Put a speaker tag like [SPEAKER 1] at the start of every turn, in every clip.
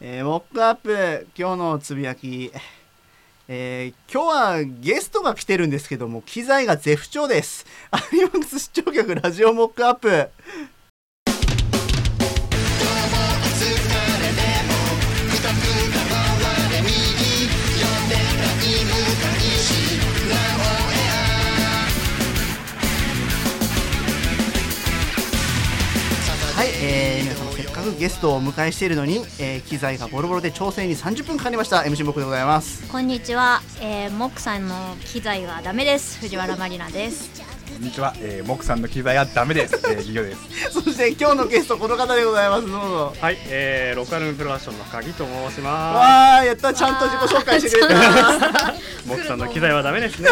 [SPEAKER 1] えー、ウォックアップ今日のつぶやき、えー、今日はゲストが来てるんですけども機材が絶不調ですアイマックス視聴局ラジオモックアップはい、えー、皆様せっかくゲストをお迎えしているのに、えー、機材がボロボロで調整に30分かかりました MC 僕でございます
[SPEAKER 2] こんにちは、えー、モックさんの機材がダメです藤原まりなです
[SPEAKER 3] こんにちは、えー、モクさんの機材はダメです。えー、ギギョで
[SPEAKER 1] そ
[SPEAKER 3] す。
[SPEAKER 1] して今日のゲストこの方でございますどうぞ
[SPEAKER 4] はい、えー、ロカルームプロダクションの鍵と申しま
[SPEAKER 1] わーやったちゃんと自己紹介してくれた
[SPEAKER 4] す。モクさんの機材はダ メですね。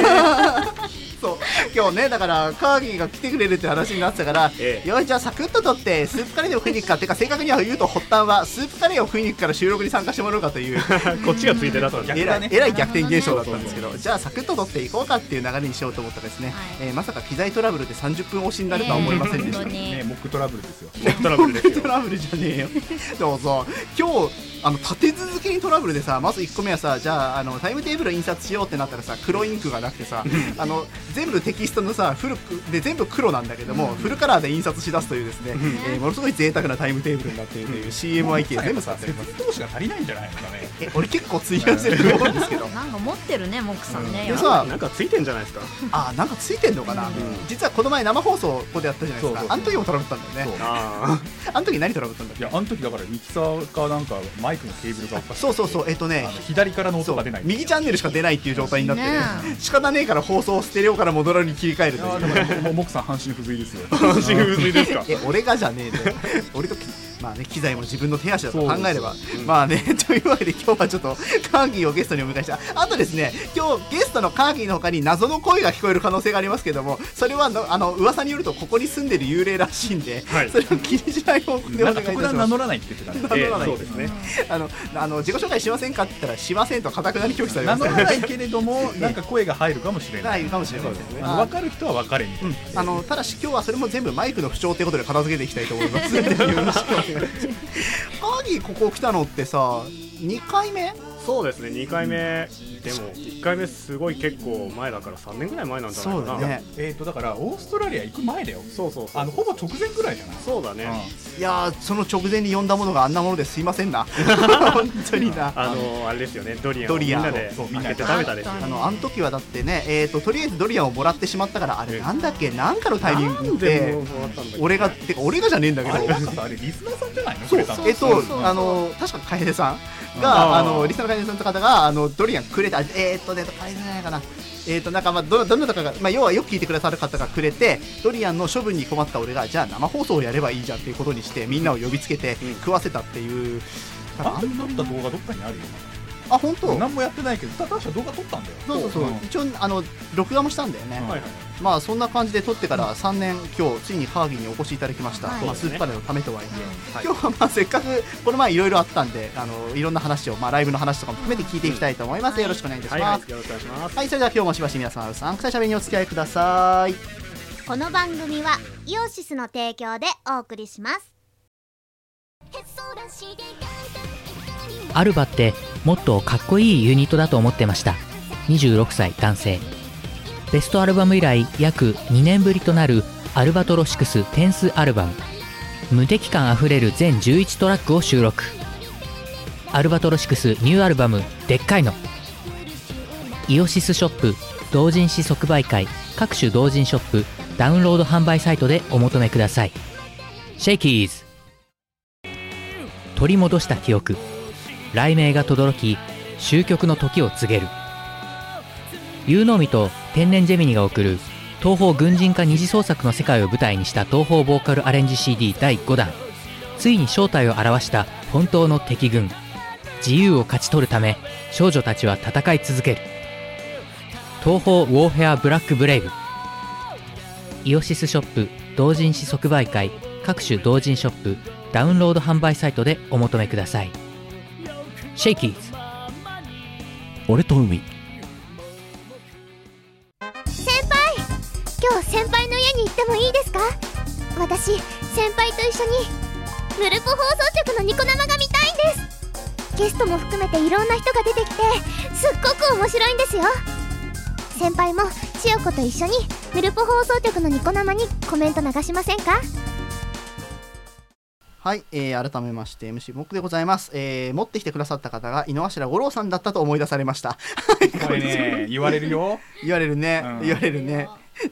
[SPEAKER 1] そう今日ねだからカーギーが来てくれるって話になってたから、
[SPEAKER 4] ええ
[SPEAKER 1] よしじゃあサクッと取ってスープカレーでも食いに行くかっていうか正確には言うと発端はスープカレーを食いに行くから収録に参加してもらおうかという
[SPEAKER 4] こっちがついてたと。
[SPEAKER 1] えらい,、えらい逆転現象だったんですけどじゃあサクッと取っていこうかっていう流れにしようと思ったらですね、
[SPEAKER 2] はい
[SPEAKER 1] えーまさか機材トラブルで30分押しになるとは思いませんでした、
[SPEAKER 2] 本当に、
[SPEAKER 3] ね、モックトラブルですよ。
[SPEAKER 4] トラブルです
[SPEAKER 1] ト
[SPEAKER 4] よ。
[SPEAKER 1] ラブルじゃねえよどうぞ今日あの立て続けにトラブルでさまず1個目はさじゃああのタイムテーブル印刷しようってなったらさ黒インクがなくてさあの全部テキストのさフルで全部黒なんだけども、フルカラーで印刷しだすというですね、えーものすごい贅沢なタイムテーブルになっているという CMYK 全部触っております
[SPEAKER 3] 説投資が足りないんじゃないですかね。
[SPEAKER 1] え俺結構費やしてると思うんですけど
[SPEAKER 2] なんか持ってるねモックさんね、
[SPEAKER 1] でさ
[SPEAKER 4] なんかついてんじゃないですか。
[SPEAKER 1] あなんかついてんのかな、実はこの前生放送ここでやったじゃないですか
[SPEAKER 3] そうそうそう
[SPEAKER 1] あの時もトラブったんだよね
[SPEAKER 4] あ
[SPEAKER 1] あの時何トラブったんだっ
[SPEAKER 3] い
[SPEAKER 1] け
[SPEAKER 3] や、あの時だからミキサーかなんかマイクのケーブルがおかしくて
[SPEAKER 1] そうそうそうえっ、とね
[SPEAKER 3] あの左からの音が出ない。
[SPEAKER 1] 右チャンネルしか出ないっていう状態になってね
[SPEAKER 2] ね
[SPEAKER 1] 仕方ねえから放送をステレオから戻るに切り替える
[SPEAKER 3] い
[SPEAKER 1] と
[SPEAKER 3] や
[SPEAKER 1] い
[SPEAKER 3] ー
[SPEAKER 1] う
[SPEAKER 3] でもねもうモクさん半身不随ですよ。
[SPEAKER 4] あ、安心不随ですか。
[SPEAKER 1] え俺がじゃねえで俺とまあね機材も自分の手足だと考えれば、
[SPEAKER 4] そうですうん
[SPEAKER 1] まあね というわけで今日はちょっとカーギーをゲストにお迎えしたあとですね今日ゲストのカーギーの他に謎の声が聞こえる可能性がありますけどもそれはのあの噂によるとここに住んでる幽霊らしいんで、
[SPEAKER 4] はい
[SPEAKER 1] それを気にしない方向でお
[SPEAKER 3] なん
[SPEAKER 1] 願い
[SPEAKER 3] か
[SPEAKER 1] い
[SPEAKER 3] こ
[SPEAKER 1] たしま
[SPEAKER 3] こら
[SPEAKER 1] す
[SPEAKER 3] 名乗らないって言って たね。
[SPEAKER 1] 名乗
[SPEAKER 4] え
[SPEAKER 1] らない
[SPEAKER 4] ー、そうですね。
[SPEAKER 1] あのあの自己紹介しませんかって言ったらしませんとかたくなに拒否され
[SPEAKER 3] 名
[SPEAKER 1] ま
[SPEAKER 3] 乗
[SPEAKER 1] す
[SPEAKER 3] らないけれども、なんか声が入るかもしれな。
[SPEAKER 1] ないいかもしれませんね
[SPEAKER 3] あの分かる人は分かれみたいな。
[SPEAKER 1] あのただし今日はそれも全部マイクの不調ということで片付けていきたいと思います。よろしくお願いします。アギここ来たのってさ、2回目
[SPEAKER 4] そうですね。二回目、でも一回目すごい結構前だから三年ぐらい前なんじゃないか
[SPEAKER 1] そう
[SPEAKER 4] な。
[SPEAKER 1] だね
[SPEAKER 3] えっとだからオーストラリア行く前だよ。
[SPEAKER 4] そうそうそう
[SPEAKER 3] あのほぼ直前ぐらいじゃない。
[SPEAKER 4] そうだね。
[SPEAKER 1] いやー、その直前に呼んだものがあんなものですいませんな。本当にな。
[SPEAKER 4] あのー、あれですよね。ドリアンを
[SPEAKER 1] ド
[SPEAKER 4] みん
[SPEAKER 1] リアン
[SPEAKER 4] なで
[SPEAKER 3] そうそうみんな
[SPEAKER 4] 開け
[SPEAKER 3] で
[SPEAKER 4] て食べたですよ
[SPEAKER 1] あのあの時はだってね、えーと、とりあえずドリアンをもらってしまったから、あれ、なんだっけ、なんかのタイミングで
[SPEAKER 4] なんも、もらったんだっけ
[SPEAKER 1] 俺が、てか、俺がじゃねえんだけ
[SPEAKER 3] あれ
[SPEAKER 1] ど
[SPEAKER 3] な、んかさあれリスナーさんじゃないの？
[SPEAKER 1] そう
[SPEAKER 3] くれたの
[SPEAKER 1] えっ
[SPEAKER 2] そうそうそう
[SPEAKER 1] とあの確か楓さん
[SPEAKER 4] うん
[SPEAKER 1] があ
[SPEAKER 4] あー
[SPEAKER 1] のリスナーの楓さんの方があのドリアンくれたえーっとね楓さんじゃないかなえーっとなんかまあどどなたかがまあ要はよく聞いてくださる方がくれてドリアンの処分に困った俺がじゃあ生放送をやればいいじゃんっていうことにしてみんなを呼びつけて
[SPEAKER 4] うん
[SPEAKER 1] 食わせたっていう。だから
[SPEAKER 3] あん時撮った動画どっかにあるよ。
[SPEAKER 1] あ本当
[SPEAKER 3] 何もやってないけど、ただ確か動画撮ったんだよ。
[SPEAKER 1] そうそうそう、
[SPEAKER 3] ん
[SPEAKER 1] 一応あの録画もしたんだよね、
[SPEAKER 3] うん
[SPEAKER 4] はいはい。
[SPEAKER 1] まあそんな感じで撮ってから3年今日ついにカーギーにお越しいただきました、
[SPEAKER 2] はい
[SPEAKER 1] まあ、スープカレーのためとはいえ、
[SPEAKER 3] はい
[SPEAKER 1] 今日はまあせっかくこの前いろいろあったんであのいろんな話を、まあ、ライブの話とかも含めて聞いていきたいと思います、
[SPEAKER 2] はい
[SPEAKER 1] よろしくお願いいたし
[SPEAKER 4] はい
[SPEAKER 1] ま
[SPEAKER 4] は
[SPEAKER 1] す
[SPEAKER 4] い。よろしくお願いし ます。
[SPEAKER 1] はい、それでは今日もしばし皆様うさんくさいしゃべりにお付き合いください
[SPEAKER 5] この番組はイオシスの提供でお送りします
[SPEAKER 6] アルバってもっとかっこいいユニットだと思ってました26歳男性ベストアルバム以来約2年ぶりとなるアルバトロシクステンスアルバム無敵感あふれる全11トラックを収録アルバトロシクスニューアルバム「でっかいの」イオシスショップ同人誌即売会各種同人ショップダウンロード販売サイトでお求めくださいシェイキーズ取り戻した記憶雷鳴が轟き終局の時を告げる有能美と天然ジェミニが送る東方軍人化二次創作の世界を舞台にした東方ボーカルアレンジ CD 第5弾ついに正体を表した本当の敵軍自由を勝ち取るため少女たちは戦い続ける東方ウォーフェアブラックブレイブイオシスショップ同人誌即売会各種同人ショップダウンロード販売サイトでお求めくださいシェイキーズ
[SPEAKER 7] 俺と海
[SPEAKER 5] 先輩今日先輩の家に行ってもいいですか私先輩と一緒にヌルポ放送局のニコ生が見たいんですゲストも含めていろんな人が出てきてすっごく面白いんですよ先輩も千代子と一緒にヌルポ放送局のニコ生にコメント流しませんか
[SPEAKER 1] はい、えー、改めまして MC 僕でございます、えー、持ってきてくださった方が井の頭五郎さんだったと思い出されました
[SPEAKER 3] これね、 言われるよ。
[SPEAKER 1] 言われるね、
[SPEAKER 3] うん
[SPEAKER 1] 言われるね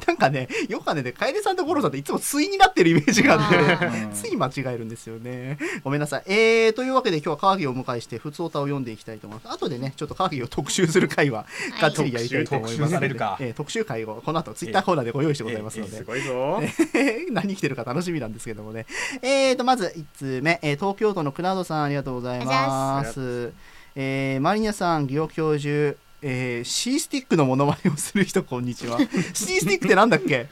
[SPEAKER 1] なんかねよくねで楓さんと五郎さんっていつも対になってるイメージがあって
[SPEAKER 3] うん
[SPEAKER 1] つい間違えるんですよね。ごめんなさい。えー、というわけで今日は川木をお迎えして、普通歌を読んでいきたいと思います。後でね、ちょっと川木を特集する回は、がっつりやりたいと思いますので。
[SPEAKER 3] 特集特集されるか
[SPEAKER 1] えー特集会を、この後ツイッターコーナーでご用意してございますの
[SPEAKER 4] す
[SPEAKER 1] で、
[SPEAKER 4] ごいぞ
[SPEAKER 1] 何来てるか楽しみなんですけどもね。えーと、まず1通目、えー東京都のクナードさん、ありがとうございま
[SPEAKER 4] ありがとう
[SPEAKER 1] す。えーマリニャさん、祇園教授、えー、シースティックのモノマネをする人、こんにちは。シースティックってなんだっけ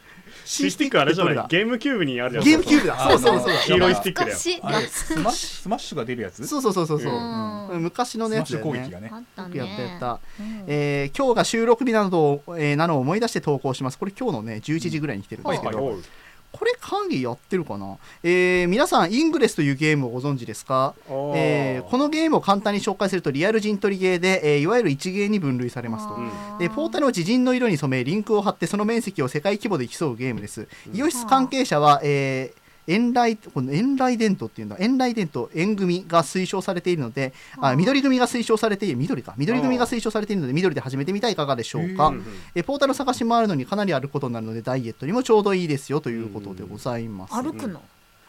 [SPEAKER 1] シ
[SPEAKER 4] システィックあれじゃない
[SPEAKER 1] どだ
[SPEAKER 4] ゲームキューブにあるやつ
[SPEAKER 1] ゲームキューブだ。そうそうそうだ。
[SPEAKER 4] 黄色いスティックだよ
[SPEAKER 2] 昔
[SPEAKER 3] あれ、スマッシュ、スマッシュが出るやつ
[SPEAKER 1] そうそうそうそうそう。
[SPEAKER 4] うん
[SPEAKER 2] あ
[SPEAKER 1] うん昔の
[SPEAKER 3] ス
[SPEAKER 1] ね
[SPEAKER 3] マ
[SPEAKER 1] や
[SPEAKER 3] ッ
[SPEAKER 1] つ
[SPEAKER 3] シ
[SPEAKER 1] だ
[SPEAKER 3] ュ
[SPEAKER 1] よ
[SPEAKER 3] 攻
[SPEAKER 1] ね
[SPEAKER 3] 撃がね。
[SPEAKER 2] った
[SPEAKER 1] よ
[SPEAKER 2] ね
[SPEAKER 1] くやったやった、
[SPEAKER 2] うん
[SPEAKER 1] えー今日が収録日などを、えーなのを思い出して投稿しますこれ今日のね11時ぐらいに来てるんですけ
[SPEAKER 4] はい
[SPEAKER 1] ど、
[SPEAKER 4] おう
[SPEAKER 1] これ会議やってるかな、えー皆さんイングレスというゲームをご存知ですか
[SPEAKER 4] おー
[SPEAKER 1] えーこのゲームを簡単に紹介するとリアル陣取りゲーで、えーいわゆる一芸に分類されますと
[SPEAKER 4] うん
[SPEAKER 1] でポータルを自陣の色に染めリンクを貼ってその面積を世界規模で競うゲームです、イオシス関係者は、えー遠来この遠来伝統っていうのは遠来伝統縁組が推奨されているのであ緑組が推奨されている緑か緑組が推奨されているので緑で始めてみてはいかがでしょうか、
[SPEAKER 4] うんうん
[SPEAKER 1] えーポータルを探し回るのにかなり歩くことになるのでダイエットにもちょうどいいですよということでございます、
[SPEAKER 2] 歩くの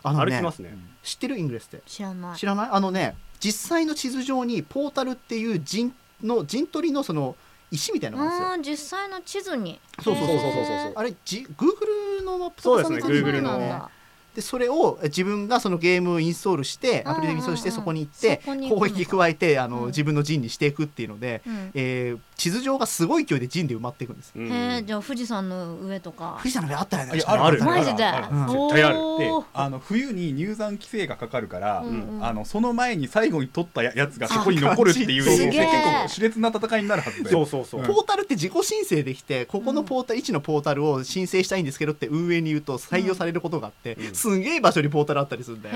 [SPEAKER 1] あの
[SPEAKER 4] 歩
[SPEAKER 1] ね
[SPEAKER 4] きますね
[SPEAKER 1] 知ってるイングレスって
[SPEAKER 2] 知らない
[SPEAKER 1] 知らないあのね実際の地図上にポータルっていう陣の陣取りのその石みたいなのがあるんですよ
[SPEAKER 2] あー実際の地図に
[SPEAKER 1] そうそうそうそう
[SPEAKER 4] そうそうそう
[SPEAKER 1] あれじ Google のマップ
[SPEAKER 4] そう
[SPEAKER 1] と
[SPEAKER 4] で
[SPEAKER 1] か
[SPEAKER 4] すね
[SPEAKER 1] んな感じ
[SPEAKER 4] Google
[SPEAKER 1] な
[SPEAKER 4] の
[SPEAKER 1] んだ
[SPEAKER 4] ね
[SPEAKER 1] よでそれをえ自分がそのゲームをインストールしてアプリでインストールして
[SPEAKER 2] うんうんうん
[SPEAKER 1] そこに行って
[SPEAKER 2] そこに行く
[SPEAKER 1] 攻
[SPEAKER 2] のか
[SPEAKER 1] 撃加えてあの、
[SPEAKER 2] うん
[SPEAKER 1] 自分の陣にしていくっていうので、
[SPEAKER 2] うん
[SPEAKER 1] えー地図上がすごい勢いで陣で埋まっていくんですよ
[SPEAKER 4] うん
[SPEAKER 2] へえじゃあ富士山の上とか
[SPEAKER 1] 富士山の上あったよね
[SPEAKER 3] いや
[SPEAKER 1] 確かに
[SPEAKER 4] ある
[SPEAKER 2] マジで
[SPEAKER 3] ある
[SPEAKER 1] ある
[SPEAKER 4] 絶対ある
[SPEAKER 2] おー
[SPEAKER 3] で、あの、冬に入山規制がかかるから、
[SPEAKER 2] うんうん
[SPEAKER 3] あのその前に最後に取ったややつがそこに残るっていう
[SPEAKER 1] あ
[SPEAKER 3] 結
[SPEAKER 1] す
[SPEAKER 3] 構
[SPEAKER 2] げえ
[SPEAKER 3] 熾烈な戦いになるはずで
[SPEAKER 4] そうそうそう
[SPEAKER 1] ポータルって自己申請できてここのポータル、位置のポータルを申請したいんですけどって運営に言うと採用されることがあって、
[SPEAKER 4] うん
[SPEAKER 1] すんげえ場所にポータルあったりするんだよ、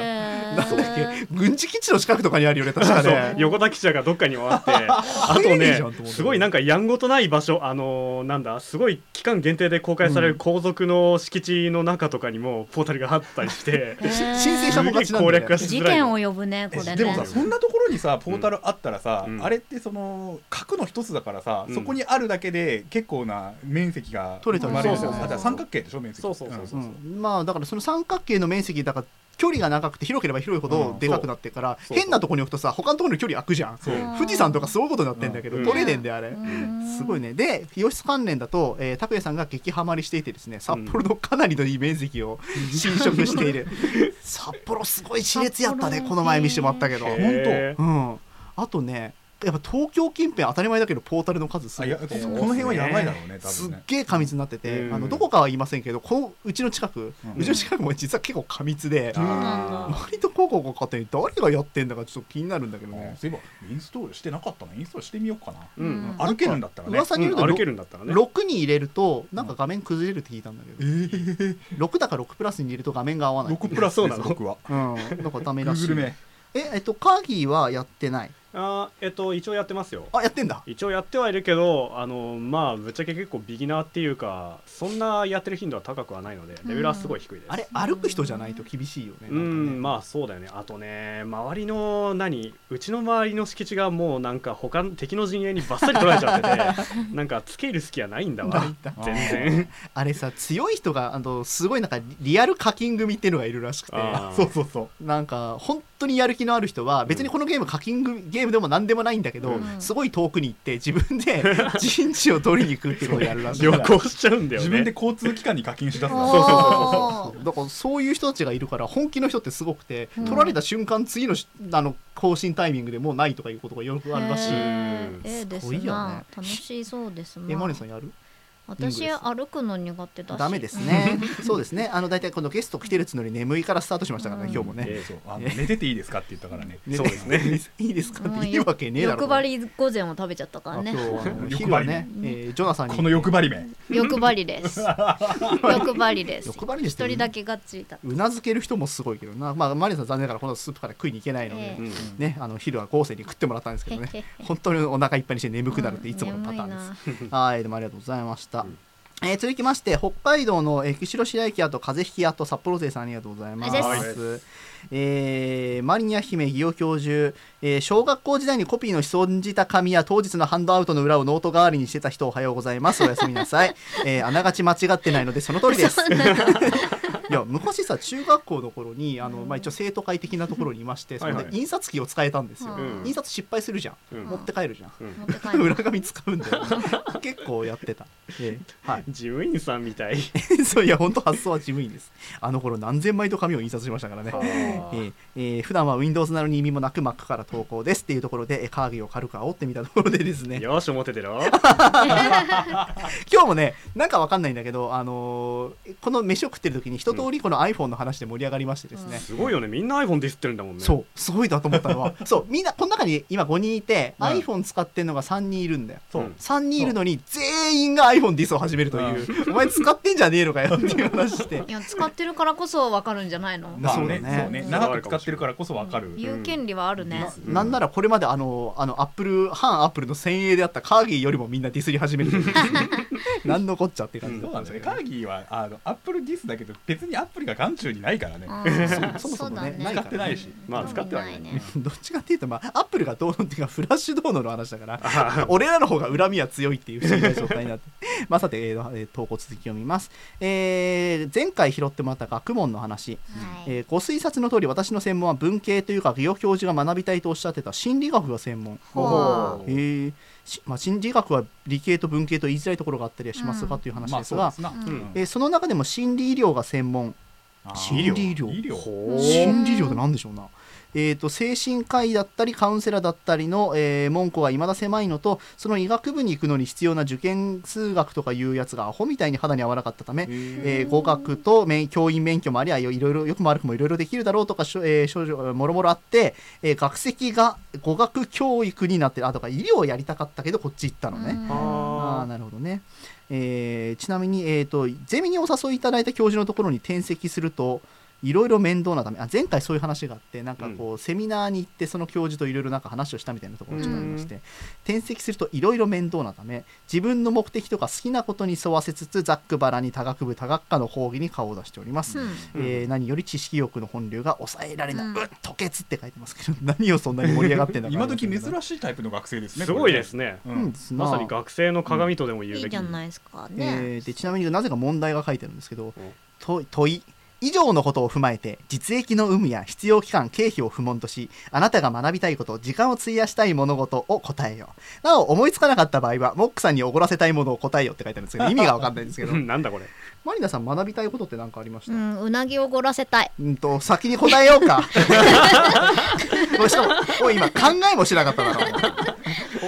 [SPEAKER 1] な
[SPEAKER 2] へ
[SPEAKER 1] んだっ
[SPEAKER 2] え
[SPEAKER 1] け軍事基地の近くとかにあるよね確か
[SPEAKER 4] そう
[SPEAKER 1] ね
[SPEAKER 4] 横田記者がどっかにもあってあと
[SPEAKER 1] いい
[SPEAKER 4] ね
[SPEAKER 1] じゃんと思って
[SPEAKER 4] すごいなんかやんごとない場所あのーなんだすごい期間限定で公開される皇族の敷地の中とかにもポータルがあった りして
[SPEAKER 2] へー
[SPEAKER 1] 申請したもん勝ちなんだよ、ね、
[SPEAKER 4] し
[SPEAKER 2] 事
[SPEAKER 4] づらい
[SPEAKER 2] 件
[SPEAKER 4] の
[SPEAKER 2] を呼ぶねこれね
[SPEAKER 3] えでもさそんなところにさポータルあったらさ、
[SPEAKER 4] うん
[SPEAKER 3] あれってその角の一つだからさ、
[SPEAKER 4] うん
[SPEAKER 3] そこにあるだけで結構な面積が
[SPEAKER 1] 取れたり
[SPEAKER 3] 生まれるじゃん
[SPEAKER 4] そうそうそう
[SPEAKER 3] あじゃあ三角形でしょ面積
[SPEAKER 4] そうそう そうそ
[SPEAKER 1] うんまあだからその三角形の面積だから距離が長くて広ければ広いほ
[SPEAKER 3] う
[SPEAKER 1] ど
[SPEAKER 3] ん
[SPEAKER 1] でかくなってから、
[SPEAKER 4] そう
[SPEAKER 1] 変なとこに置くとさ他のところの距離空くじゃん
[SPEAKER 3] そう
[SPEAKER 4] うん
[SPEAKER 1] 富士山とかそういうことになってんだけど、
[SPEAKER 4] うん
[SPEAKER 1] 取れねえんだよあれ、
[SPEAKER 2] うん
[SPEAKER 1] すごいねで日吉関連だと、えー、拓也さんが激ハマりしていてですね札幌のかなりのいい面積を侵食している、札幌すごい熾烈やったね
[SPEAKER 2] 札幌ね
[SPEAKER 1] この前見してもらったけど、
[SPEAKER 3] へ
[SPEAKER 4] へー
[SPEAKER 1] うん、あとねやっぱ東京近辺当たり前だけどポータルの数す
[SPEAKER 3] あ
[SPEAKER 1] ごい
[SPEAKER 3] いやここの辺はやばいだろうね多
[SPEAKER 1] す
[SPEAKER 3] 分
[SPEAKER 1] っ
[SPEAKER 3] ね
[SPEAKER 1] げえ過密になってて、
[SPEAKER 4] うん
[SPEAKER 1] あのどこかは言いませんけどこのうちの近く、
[SPEAKER 3] う
[SPEAKER 1] うんちの近くも実は結構過密で、
[SPEAKER 4] あー
[SPEAKER 1] 割と広告を買って誰がやってんだかちょっと気になるんだけど
[SPEAKER 3] うん
[SPEAKER 1] ね、
[SPEAKER 3] そういえばインストールしてなかったなインストールしてみようかな、
[SPEAKER 4] うんうん
[SPEAKER 3] 歩けるんだったらね
[SPEAKER 1] 噂によると、
[SPEAKER 4] 歩けるんだったらね
[SPEAKER 1] 6に入れるとなんか画面崩れるって聞いたんだけ
[SPEAKER 3] え
[SPEAKER 1] ど、
[SPEAKER 3] ー、
[SPEAKER 1] 6だから6プラスに入れると画面が合わない
[SPEAKER 3] 6プラス
[SPEAKER 4] そう
[SPEAKER 3] で
[SPEAKER 4] な
[SPEAKER 3] す
[SPEAKER 4] の
[SPEAKER 3] 僕は
[SPEAKER 1] うんなんかダメらしい
[SPEAKER 3] Google 名
[SPEAKER 1] ええっとカーギーはやってない
[SPEAKER 4] あーえっと一応やってますよ
[SPEAKER 1] あやってんだ
[SPEAKER 4] 一応やってはいるけどあのまあぶっちゃけ結構ビギナーっていうかそんなやってる頻度は高くはないのでレベルはすごい低いです、
[SPEAKER 1] あれ歩く人じゃないと厳しいよね
[SPEAKER 4] うん
[SPEAKER 1] なんかね
[SPEAKER 4] まあそうだよねあとね周りの何うちの周りの敷地がもうなんか他の敵の陣営にバッサリ取られちゃっててなんかつけ入る隙はないんだわ全然
[SPEAKER 1] あれさ強い人があのすごいなんかリアル課金組っていうのがいるらしくて
[SPEAKER 4] あー
[SPEAKER 3] そうそうそう
[SPEAKER 1] なんか本当にやる気のある人は別にこのゲーム課金組ゲームでも何でもないんだけど、
[SPEAKER 2] うん
[SPEAKER 1] すごい遠くに行って自分で 陣地を取りに行くっていうことをやるらしい
[SPEAKER 4] 旅
[SPEAKER 1] から
[SPEAKER 4] 行しちゃうんだよね
[SPEAKER 3] 自分で交通機関に課金しだすな
[SPEAKER 2] おー
[SPEAKER 4] そうそう
[SPEAKER 1] だからそういう人たちがいるから本気の人ってすごくて、
[SPEAKER 2] うん
[SPEAKER 1] 取られた瞬間次のしあの更新タイミングでもうないとかいうことがよくあるらしい。
[SPEAKER 2] へーええです
[SPEAKER 1] すごいよ
[SPEAKER 2] な
[SPEAKER 1] ね
[SPEAKER 2] 楽しそうですな
[SPEAKER 1] えマリンさんやる
[SPEAKER 2] 私歩くの苦手だし
[SPEAKER 1] ダメですねそうですねあの大体このゲスト来てるっつうのに眠いからスタートしましたからね、
[SPEAKER 2] うん
[SPEAKER 1] 今日もね、
[SPEAKER 4] え
[SPEAKER 3] そうあの寝てていいですかって言ったからね。
[SPEAKER 1] ね
[SPEAKER 4] そうですね
[SPEAKER 1] いいですかっ
[SPEAKER 2] も う
[SPEAKER 1] ていいわけねえだろ
[SPEAKER 2] 欲張り午前を食べちゃったから
[SPEAKER 1] あ今
[SPEAKER 2] ね
[SPEAKER 1] 日はあの
[SPEAKER 3] 欲張り
[SPEAKER 1] 昼はね、えージョナさんに
[SPEAKER 3] この欲張りめ。
[SPEAKER 2] 欲張り です欲張りです
[SPEAKER 1] 欲張りです
[SPEAKER 2] 一人だけがっついた
[SPEAKER 1] うなずける人もすごいけどな、まあ、マリアさん残念ながらこのスープから食いに行けないので、
[SPEAKER 2] え
[SPEAKER 4] うん
[SPEAKER 1] ね、あの昼は豪勢に食ってもらったんですけどね
[SPEAKER 2] へへへ
[SPEAKER 1] 本当にお腹いっぱいにして眠くなるっていつものパターンです、はい、どうもありがとうございました。えー続きまして、北海道の、えー、釧路白駅あと風邪引きあと札幌勢さんありがとうございます。
[SPEAKER 2] ありが
[SPEAKER 4] とうござい
[SPEAKER 1] えーマリニャ姫祇園教授、えー小学校時代にコピーの潜んじた紙や当日のハンドアウトの裏をノート代わりにしてた人おはようございます。おやすみなさい。 えーあながち間違ってないのでその通り です。 いや昔さ中学校の頃にあの、まあ、一応生徒会的なところにいましてそれ
[SPEAKER 4] はい
[SPEAKER 1] で
[SPEAKER 4] はい
[SPEAKER 1] 印刷機を使えたんですよ、
[SPEAKER 2] うん
[SPEAKER 1] 印刷失敗するじゃん、
[SPEAKER 4] うん
[SPEAKER 1] 持って帰るじゃん、
[SPEAKER 4] うん
[SPEAKER 2] 持って帰る
[SPEAKER 1] 裏紙使うんだ よ、ね、結構やってた、ええはい
[SPEAKER 4] 事務員さんみたい
[SPEAKER 1] そうい や本当発想は事務員ですあの頃何千枚と紙を印刷しましたからねええええ普段は Windows なのに意味もなく Mac から投稿ですっていうところで、ええ会議を軽く煽ってみたところでですね
[SPEAKER 4] よし思っててろ
[SPEAKER 1] 今日もねなんかわかんないんだけど、あのーこの飯を食ってる時に一通りこの iPhone の話で盛り上がりましてですね、
[SPEAKER 4] すごいよねみんな iPhone ディスってるんだもんね
[SPEAKER 1] そうすごいなと思ったのはそうみんなこの中に今5人いて、iPhone 使ってるのが3人いるんだよ
[SPEAKER 4] そう
[SPEAKER 1] 3人いるのに全員が iPhone ディスを始めるという、お前使ってんじゃねえのかよっていう話して
[SPEAKER 2] いや使ってるからこそわかるんじゃないの
[SPEAKER 1] な
[SPEAKER 3] まあ
[SPEAKER 1] そうだね
[SPEAKER 3] そうね。長く使ってるからこそわかる。
[SPEAKER 2] 言う権利はあるね
[SPEAKER 4] うん
[SPEAKER 1] なんならこれまであのあのアップル反アップルの先鋭であったカーギーよりもみんなディスり始めるというなんのこっちゃって感じだ
[SPEAKER 3] そう
[SPEAKER 1] っ
[SPEAKER 3] な
[SPEAKER 1] たん
[SPEAKER 3] んで
[SPEAKER 1] ですす
[SPEAKER 3] よ
[SPEAKER 1] よ
[SPEAKER 3] ね。カーギーはあのアップルディスだけど別にアップルが眼中にないからね。
[SPEAKER 2] うん
[SPEAKER 1] そもそもね
[SPEAKER 2] うだ
[SPEAKER 1] な
[SPEAKER 2] ね
[SPEAKER 1] いか
[SPEAKER 3] 使っ
[SPEAKER 1] ら
[SPEAKER 3] てないし。
[SPEAKER 4] まあ使っては
[SPEAKER 2] 興味
[SPEAKER 4] な
[SPEAKER 2] ないい
[SPEAKER 4] ね
[SPEAKER 2] ね
[SPEAKER 1] どっちかっていうと、まあ、アップルがどうのっていうかフラッシュどうのの話だから俺らの方が恨みは強いっていう不思議な状態になってまあさて、えーえー投稿続き読みます、えー前回拾ってもらった学問の話、
[SPEAKER 5] はい
[SPEAKER 1] えーご推察の通り私の専門は文系というか祇園教授が学びたいとおっしゃってた心理学が専門
[SPEAKER 2] ほ
[SPEAKER 1] えーしまあ、心理学は理系と文系と言いづらいところがあったりはしますが、
[SPEAKER 2] うん
[SPEAKER 1] という話
[SPEAKER 3] ま
[SPEAKER 1] で
[SPEAKER 3] あ
[SPEAKER 1] す
[SPEAKER 3] そ
[SPEAKER 1] が、
[SPEAKER 3] うですな。
[SPEAKER 2] うん
[SPEAKER 3] うん
[SPEAKER 1] えーその中でも心理医療が専門
[SPEAKER 3] あー
[SPEAKER 1] 心理医療
[SPEAKER 3] 医療。
[SPEAKER 4] ほう
[SPEAKER 1] 心理療って何でしょうな、えー、と精神科医だったりカウンセラーだったりの、えー門戸がいまだ狭いのとその医学部に行くのに必要な受験数学とかいうやつがアホみたいに肌に合わなかったため、えー合格と免教員免許もありゃいろいろよくも悪くもいろいろできるだろうとかしょ、えー症状もろもろあって、えー学籍が語学教育になってるあとか医療をやりたかったけどこっち行ったのね。ああ
[SPEAKER 4] あ
[SPEAKER 1] なるほどね、えーちなみに、えー、とゼミにお誘いいただいた教授のところに転籍するといろいろ面倒なためあ前回そういう話があってなんかこう、セミナーに行ってその教授といろいろなんか話をしたみたいなところがちょっとありまして、転籍するといろいろ面倒なため自分の目的とか好きなことに沿わせつつざっくばらに多学部多学科の講義に顔を出しております、
[SPEAKER 2] うん
[SPEAKER 1] えー何より知識欲の本流が抑えられない、うん、吐血って書いてますけど何をそんなに盛り上がってんだか
[SPEAKER 3] 今時
[SPEAKER 1] わかりませんが
[SPEAKER 3] 珍しいタイプの学生ですね。
[SPEAKER 4] すごいですね
[SPEAKER 3] これ。
[SPEAKER 1] う
[SPEAKER 3] うんん。
[SPEAKER 1] ですな
[SPEAKER 4] まさに学生の鏡とでも言うべき
[SPEAKER 2] いいじゃないですかね
[SPEAKER 1] えーでちなみになぜか問題が書いてあるんですけど問問い以上のことを踏まえて実益の有無や必要期間経費を不問としあなたが学びたいこと時間を費やしたい物事を答えようなお思いつかなかった場合はモックさんにおごらせたいものを答えよって書いてあるんですけど意味が分かんないんですけど
[SPEAKER 4] うん なんだこれ
[SPEAKER 1] マリナさん学びたいことって何かありまし
[SPEAKER 2] う
[SPEAKER 1] た、うん
[SPEAKER 2] んうなぎをごらせ たい
[SPEAKER 1] と先に答えようか。 おいしかも、おい今考えもしなかっただろ。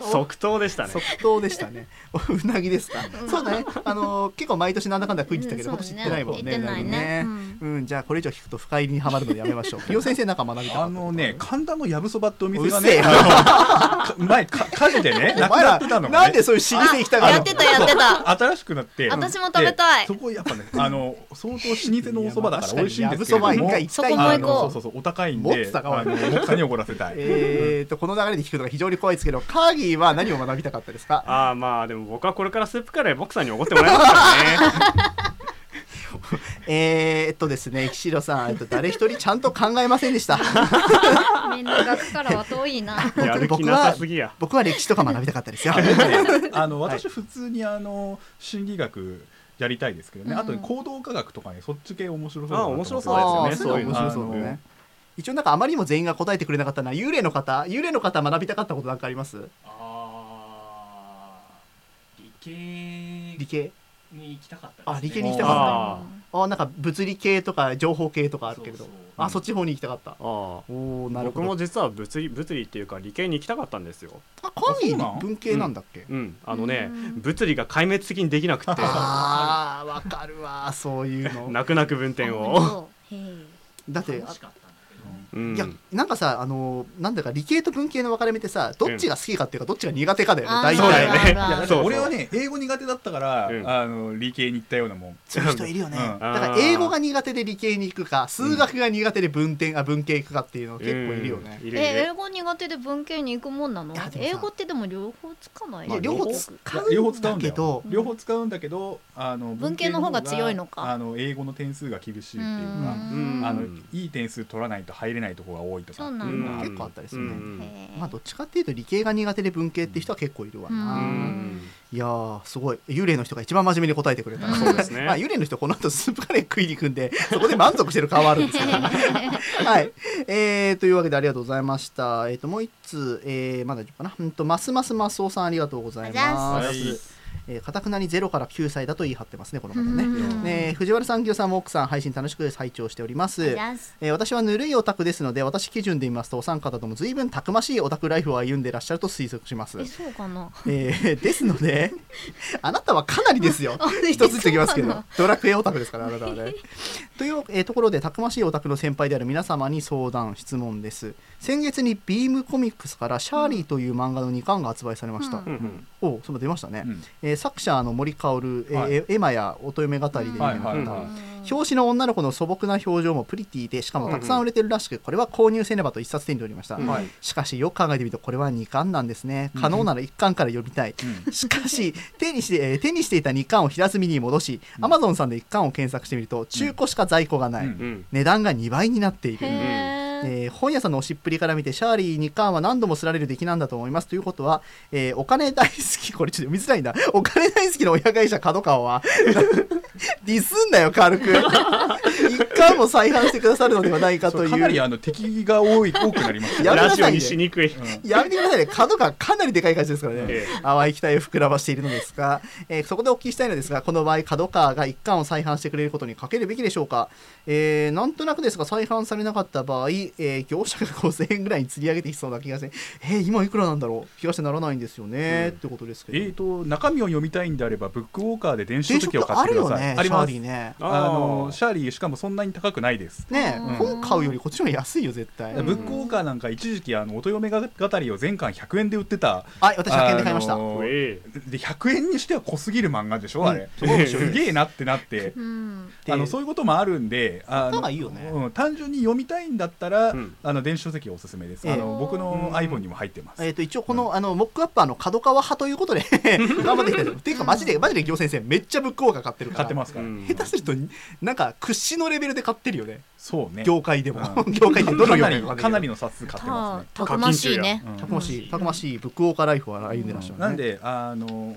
[SPEAKER 4] 即答でしたね
[SPEAKER 1] 即答でしたね。 おうなぎですか。そうだね。あのー結構毎年なんだかんだ食いに行ったけど、
[SPEAKER 2] うん
[SPEAKER 1] 今年行ってないもんね。
[SPEAKER 2] そうだね行ってない
[SPEAKER 1] う
[SPEAKER 2] ね
[SPEAKER 1] なぎねうん、じゃあこれ以上聞くと不快にはまるのでやめましょう。美容先生なんか学びたかった
[SPEAKER 3] あのね、
[SPEAKER 1] か
[SPEAKER 3] 神田のやぶそばってお
[SPEAKER 1] う
[SPEAKER 3] 店
[SPEAKER 1] る
[SPEAKER 3] が
[SPEAKER 1] せえ
[SPEAKER 3] ね
[SPEAKER 1] よ、。
[SPEAKER 3] か前か火事でね、
[SPEAKER 1] お
[SPEAKER 3] なく
[SPEAKER 1] 前
[SPEAKER 3] な
[SPEAKER 1] ら
[SPEAKER 3] ってたのがね。
[SPEAKER 1] なんでそういう老舗行きたがる
[SPEAKER 2] や
[SPEAKER 1] の
[SPEAKER 2] ってたやってた
[SPEAKER 3] 新しくなって
[SPEAKER 2] 私も食べたい
[SPEAKER 3] でそこやっぱねあの相当老舗のおそばだから美味しいんですけれど
[SPEAKER 1] いやまあ確かにやぶそば
[SPEAKER 3] も
[SPEAKER 1] 一回行きたい
[SPEAKER 2] そこも
[SPEAKER 3] あ
[SPEAKER 2] 行こう
[SPEAKER 3] のそうそうそうお高いん
[SPEAKER 1] もっと
[SPEAKER 3] で
[SPEAKER 1] 高い
[SPEAKER 3] あの奥さんに怒らせたい、
[SPEAKER 1] えーとこの流れで聞くのが非常に怖いですけど、カーギーは何を学びたかったですか。
[SPEAKER 4] ああまあでも僕はこれからスープカレーボクさんにおごってもらいますからね
[SPEAKER 1] えーっとですね、岸野さん、えっと誰一人ちゃんと考えませんで した。
[SPEAKER 2] みんな学からは遠いな
[SPEAKER 4] やる気なさすぎや
[SPEAKER 1] 僕は歴史とか学びたかったですよ。
[SPEAKER 3] であの私普通にあの心理学やりたいですけどね、
[SPEAKER 2] うん
[SPEAKER 3] あと行動科学とかねそっち系面白そうだなと
[SPEAKER 4] あ
[SPEAKER 3] 思
[SPEAKER 4] 面
[SPEAKER 3] ってま
[SPEAKER 4] 白
[SPEAKER 3] す
[SPEAKER 4] そうですよ
[SPEAKER 1] あー
[SPEAKER 4] ねそういう
[SPEAKER 1] 面
[SPEAKER 4] の
[SPEAKER 1] 白そうだね。一応なんかあまりにも全員が答えてくれなかったのは幽霊の方、幽霊の方学びたかったことなんかあります？
[SPEAKER 8] あー理系
[SPEAKER 1] 理系？
[SPEAKER 8] に行きたかったです、ね、
[SPEAKER 1] あ理系に行きたか
[SPEAKER 4] あ
[SPEAKER 1] った。あーなんか物理系とか情報系とかあるけれど、
[SPEAKER 8] そうそう
[SPEAKER 1] あそっち方に行きたかった
[SPEAKER 4] あ。あー
[SPEAKER 1] おおなるほど。
[SPEAKER 4] 僕も実は物理物理っていうか理系に行きたかったんですよ
[SPEAKER 1] あコミ
[SPEAKER 3] そうなん
[SPEAKER 1] 文系なんだっけ、
[SPEAKER 4] うん、あのね
[SPEAKER 2] うん
[SPEAKER 4] 物理が壊滅的にできな くて
[SPEAKER 1] ああわかるわそういうの
[SPEAKER 4] 泣く泣く分典を、
[SPEAKER 2] へえ
[SPEAKER 1] だって
[SPEAKER 8] 楽しかったんだけど、
[SPEAKER 4] うん
[SPEAKER 1] いやなんかさあのなんだか理系と文系の分かれ目ってさどっちが好きかっていうかどっちが苦手かだよね、
[SPEAKER 2] あー
[SPEAKER 1] 大
[SPEAKER 4] そうだ
[SPEAKER 1] 体
[SPEAKER 4] よね
[SPEAKER 2] あるあるあ
[SPEAKER 4] いや
[SPEAKER 2] る
[SPEAKER 4] そうそう
[SPEAKER 3] 俺はね英語苦手だったから、
[SPEAKER 4] うん
[SPEAKER 3] あの理系に行ったようなもん
[SPEAKER 1] そういう人いるよね、
[SPEAKER 3] う
[SPEAKER 1] だ
[SPEAKER 3] ん
[SPEAKER 1] から英語が苦手で理系に行くか数学が苦手で文典あ文系行くかっていうの結構いるよね、
[SPEAKER 4] うんいるいる
[SPEAKER 2] え英語苦手で文系に行くもんなの
[SPEAKER 1] いやでもさ
[SPEAKER 2] 英語ってでも両方つかない、
[SPEAKER 1] いや両方使
[SPEAKER 3] いや両
[SPEAKER 1] う
[SPEAKER 3] 方
[SPEAKER 1] ん
[SPEAKER 3] 使う
[SPEAKER 1] だ
[SPEAKER 3] んだ
[SPEAKER 1] け
[SPEAKER 3] よ
[SPEAKER 1] ど
[SPEAKER 3] 両方使うんだけどあの
[SPEAKER 2] 文系の方が強いのか
[SPEAKER 3] あの英語の点数が厳しいっていうか、
[SPEAKER 4] うん
[SPEAKER 3] あのいい点数取らないと入れないとこが多いとか
[SPEAKER 2] そうな
[SPEAKER 4] うん
[SPEAKER 2] だ、
[SPEAKER 4] ん
[SPEAKER 1] 結構あったりするね
[SPEAKER 4] うん
[SPEAKER 2] へえ
[SPEAKER 1] まあどっちかっていうと理系が苦手で文系って人は結構いるわな、
[SPEAKER 4] う
[SPEAKER 2] うん
[SPEAKER 1] いやーすごい幽霊の人が一番真面目に答えてくれたな、
[SPEAKER 2] うん
[SPEAKER 4] そうですね
[SPEAKER 1] まあ、幽霊の人この後スープカレー食いに行くんで そこで満足してる顔はあるんですけどはい、えー、というわけでありがとうございましたえっ、ともう一通、えー、まだ大丈夫かなうんとますますますおさんありがとうございます
[SPEAKER 3] ありがとうございま
[SPEAKER 1] えーかたくなに0から9歳だと言い張ってますねこの方ね
[SPEAKER 2] うん
[SPEAKER 1] ね藤原さん、ぎょさんも奥さん配信楽しく拝聴しております
[SPEAKER 2] ジャス
[SPEAKER 1] えー私はぬるいオタクですので私基準で言いますとお三方とも随分たくましいオタクライフを歩んでいらっしゃると推測します
[SPEAKER 2] え、そうかな
[SPEAKER 1] えーですのであなたはかなり ですよ一つ言っておきますけ
[SPEAKER 2] そう
[SPEAKER 1] ど
[SPEAKER 2] なの
[SPEAKER 1] ドラクエオタクですからあなたはねという、えーところでたくましいオタクの先輩である皆様に相談質問です先月にビームコミックスから「シャーリー」という漫画の2巻が発売されました、
[SPEAKER 2] うん
[SPEAKER 4] うんうん
[SPEAKER 1] おうその出ましたね、
[SPEAKER 3] うん
[SPEAKER 1] えー作者の森かおる、えー
[SPEAKER 3] はい
[SPEAKER 1] えエマや乙女語りで有名な方、
[SPEAKER 3] はいはい
[SPEAKER 2] うん
[SPEAKER 3] はい
[SPEAKER 1] 表紙の女の子の素朴な表情もプリティでしかもたくさん売れてるらしく、これは購入せねばと一冊手に取りました、
[SPEAKER 4] うんはい
[SPEAKER 1] しかしよく考えてみるとこれは2巻なんですね可能なら1巻から読みたい、しかし手にして、えー手にしていた2巻を平積みに戻し、アマ Amazon さんで1巻を検索してみると中古しか在庫がない、
[SPEAKER 3] うん
[SPEAKER 4] うん
[SPEAKER 1] 値段が2倍になっている、
[SPEAKER 2] へえ
[SPEAKER 1] えー本屋さんの押しっぷりから見てシャーリー2巻は何度もすられる出来なんだと思いますということは、えーお金大好きこれちょっと読みづらいな お金大好きの親会社角川は ディスんなよ軽く1巻も再販してくださるのではないか
[SPEAKER 3] そ
[SPEAKER 1] と
[SPEAKER 3] う
[SPEAKER 1] いう
[SPEAKER 3] かなりあの敵が多い多くなります
[SPEAKER 1] やめな
[SPEAKER 4] ラ
[SPEAKER 1] さいね
[SPEAKER 4] ジオにしにくい
[SPEAKER 1] やめてくださいね角川かなりでかい会社ですからね、
[SPEAKER 4] ええ
[SPEAKER 1] 淡い期待を膨らましているのですが、えーそこでお聞きしたいのですがこの場合角川が一巻を再販してくれることにかけるべきでしょうか、えーなんとなくですが再販されなかった場合、えー業者が5000円ぐらいに釣り上げてきそうな気がしてえー今いくらなんだろう気がしてならないんですよね、ってことですけ
[SPEAKER 3] えー
[SPEAKER 1] ど
[SPEAKER 3] と中身を読みたいんであればブックウォーカーで電子
[SPEAKER 1] 定
[SPEAKER 3] 書籍
[SPEAKER 1] 食
[SPEAKER 3] を
[SPEAKER 1] あ
[SPEAKER 3] 買
[SPEAKER 1] る
[SPEAKER 3] ってく
[SPEAKER 1] よ
[SPEAKER 3] ださい
[SPEAKER 1] ねシ
[SPEAKER 3] あり
[SPEAKER 1] ャー
[SPEAKER 3] ま
[SPEAKER 1] リー
[SPEAKER 3] す
[SPEAKER 1] ね
[SPEAKER 3] あの
[SPEAKER 4] ー
[SPEAKER 3] シャーリーしかもそんなに高くないです
[SPEAKER 1] ね、
[SPEAKER 2] うん
[SPEAKER 1] 本買うよりこっちの方が安いよ絶対、
[SPEAKER 3] ブックウォーカーなんか一時期あの音嫁語りを全巻100円で売ってた
[SPEAKER 1] はい私100円で買いました、
[SPEAKER 3] あのー
[SPEAKER 4] ええ
[SPEAKER 3] で100円にしては濃すぎる漫画でしょあれ、
[SPEAKER 4] うんそうでしょ
[SPEAKER 3] すげえなってなって
[SPEAKER 2] うん
[SPEAKER 1] で
[SPEAKER 3] あのそういうこともあるんであ
[SPEAKER 1] 方
[SPEAKER 3] の
[SPEAKER 1] がいいよね
[SPEAKER 3] うん、単純に読みたいんだったら、
[SPEAKER 4] うん
[SPEAKER 3] あの電子書籍おすすめです、
[SPEAKER 1] ええ
[SPEAKER 3] あの僕の iPhone にも入ってます、
[SPEAKER 1] えー、と一応この,、あのモックアッパーの角川派という ことで頑張っていきたいと思いますていうかマジでマジで行先生めっちゃブックオーカー買ってるから
[SPEAKER 3] 買ってますから、
[SPEAKER 4] うん
[SPEAKER 1] 下手するとなんか屈指のレベルで買ってるよね
[SPEAKER 3] そうね
[SPEAKER 1] 業界でも、
[SPEAKER 3] うん
[SPEAKER 1] 業界ってどの業
[SPEAKER 3] かな
[SPEAKER 1] 界
[SPEAKER 3] り
[SPEAKER 1] か
[SPEAKER 3] かなり
[SPEAKER 1] の
[SPEAKER 3] の冊数買ってま
[SPEAKER 2] た
[SPEAKER 3] す
[SPEAKER 2] たくましいね
[SPEAKER 3] ね、
[SPEAKER 1] たくましいたくましいブックオーカーライフを歩んでらっしゃ
[SPEAKER 3] う
[SPEAKER 1] る、
[SPEAKER 3] ん
[SPEAKER 1] ね
[SPEAKER 3] なんであの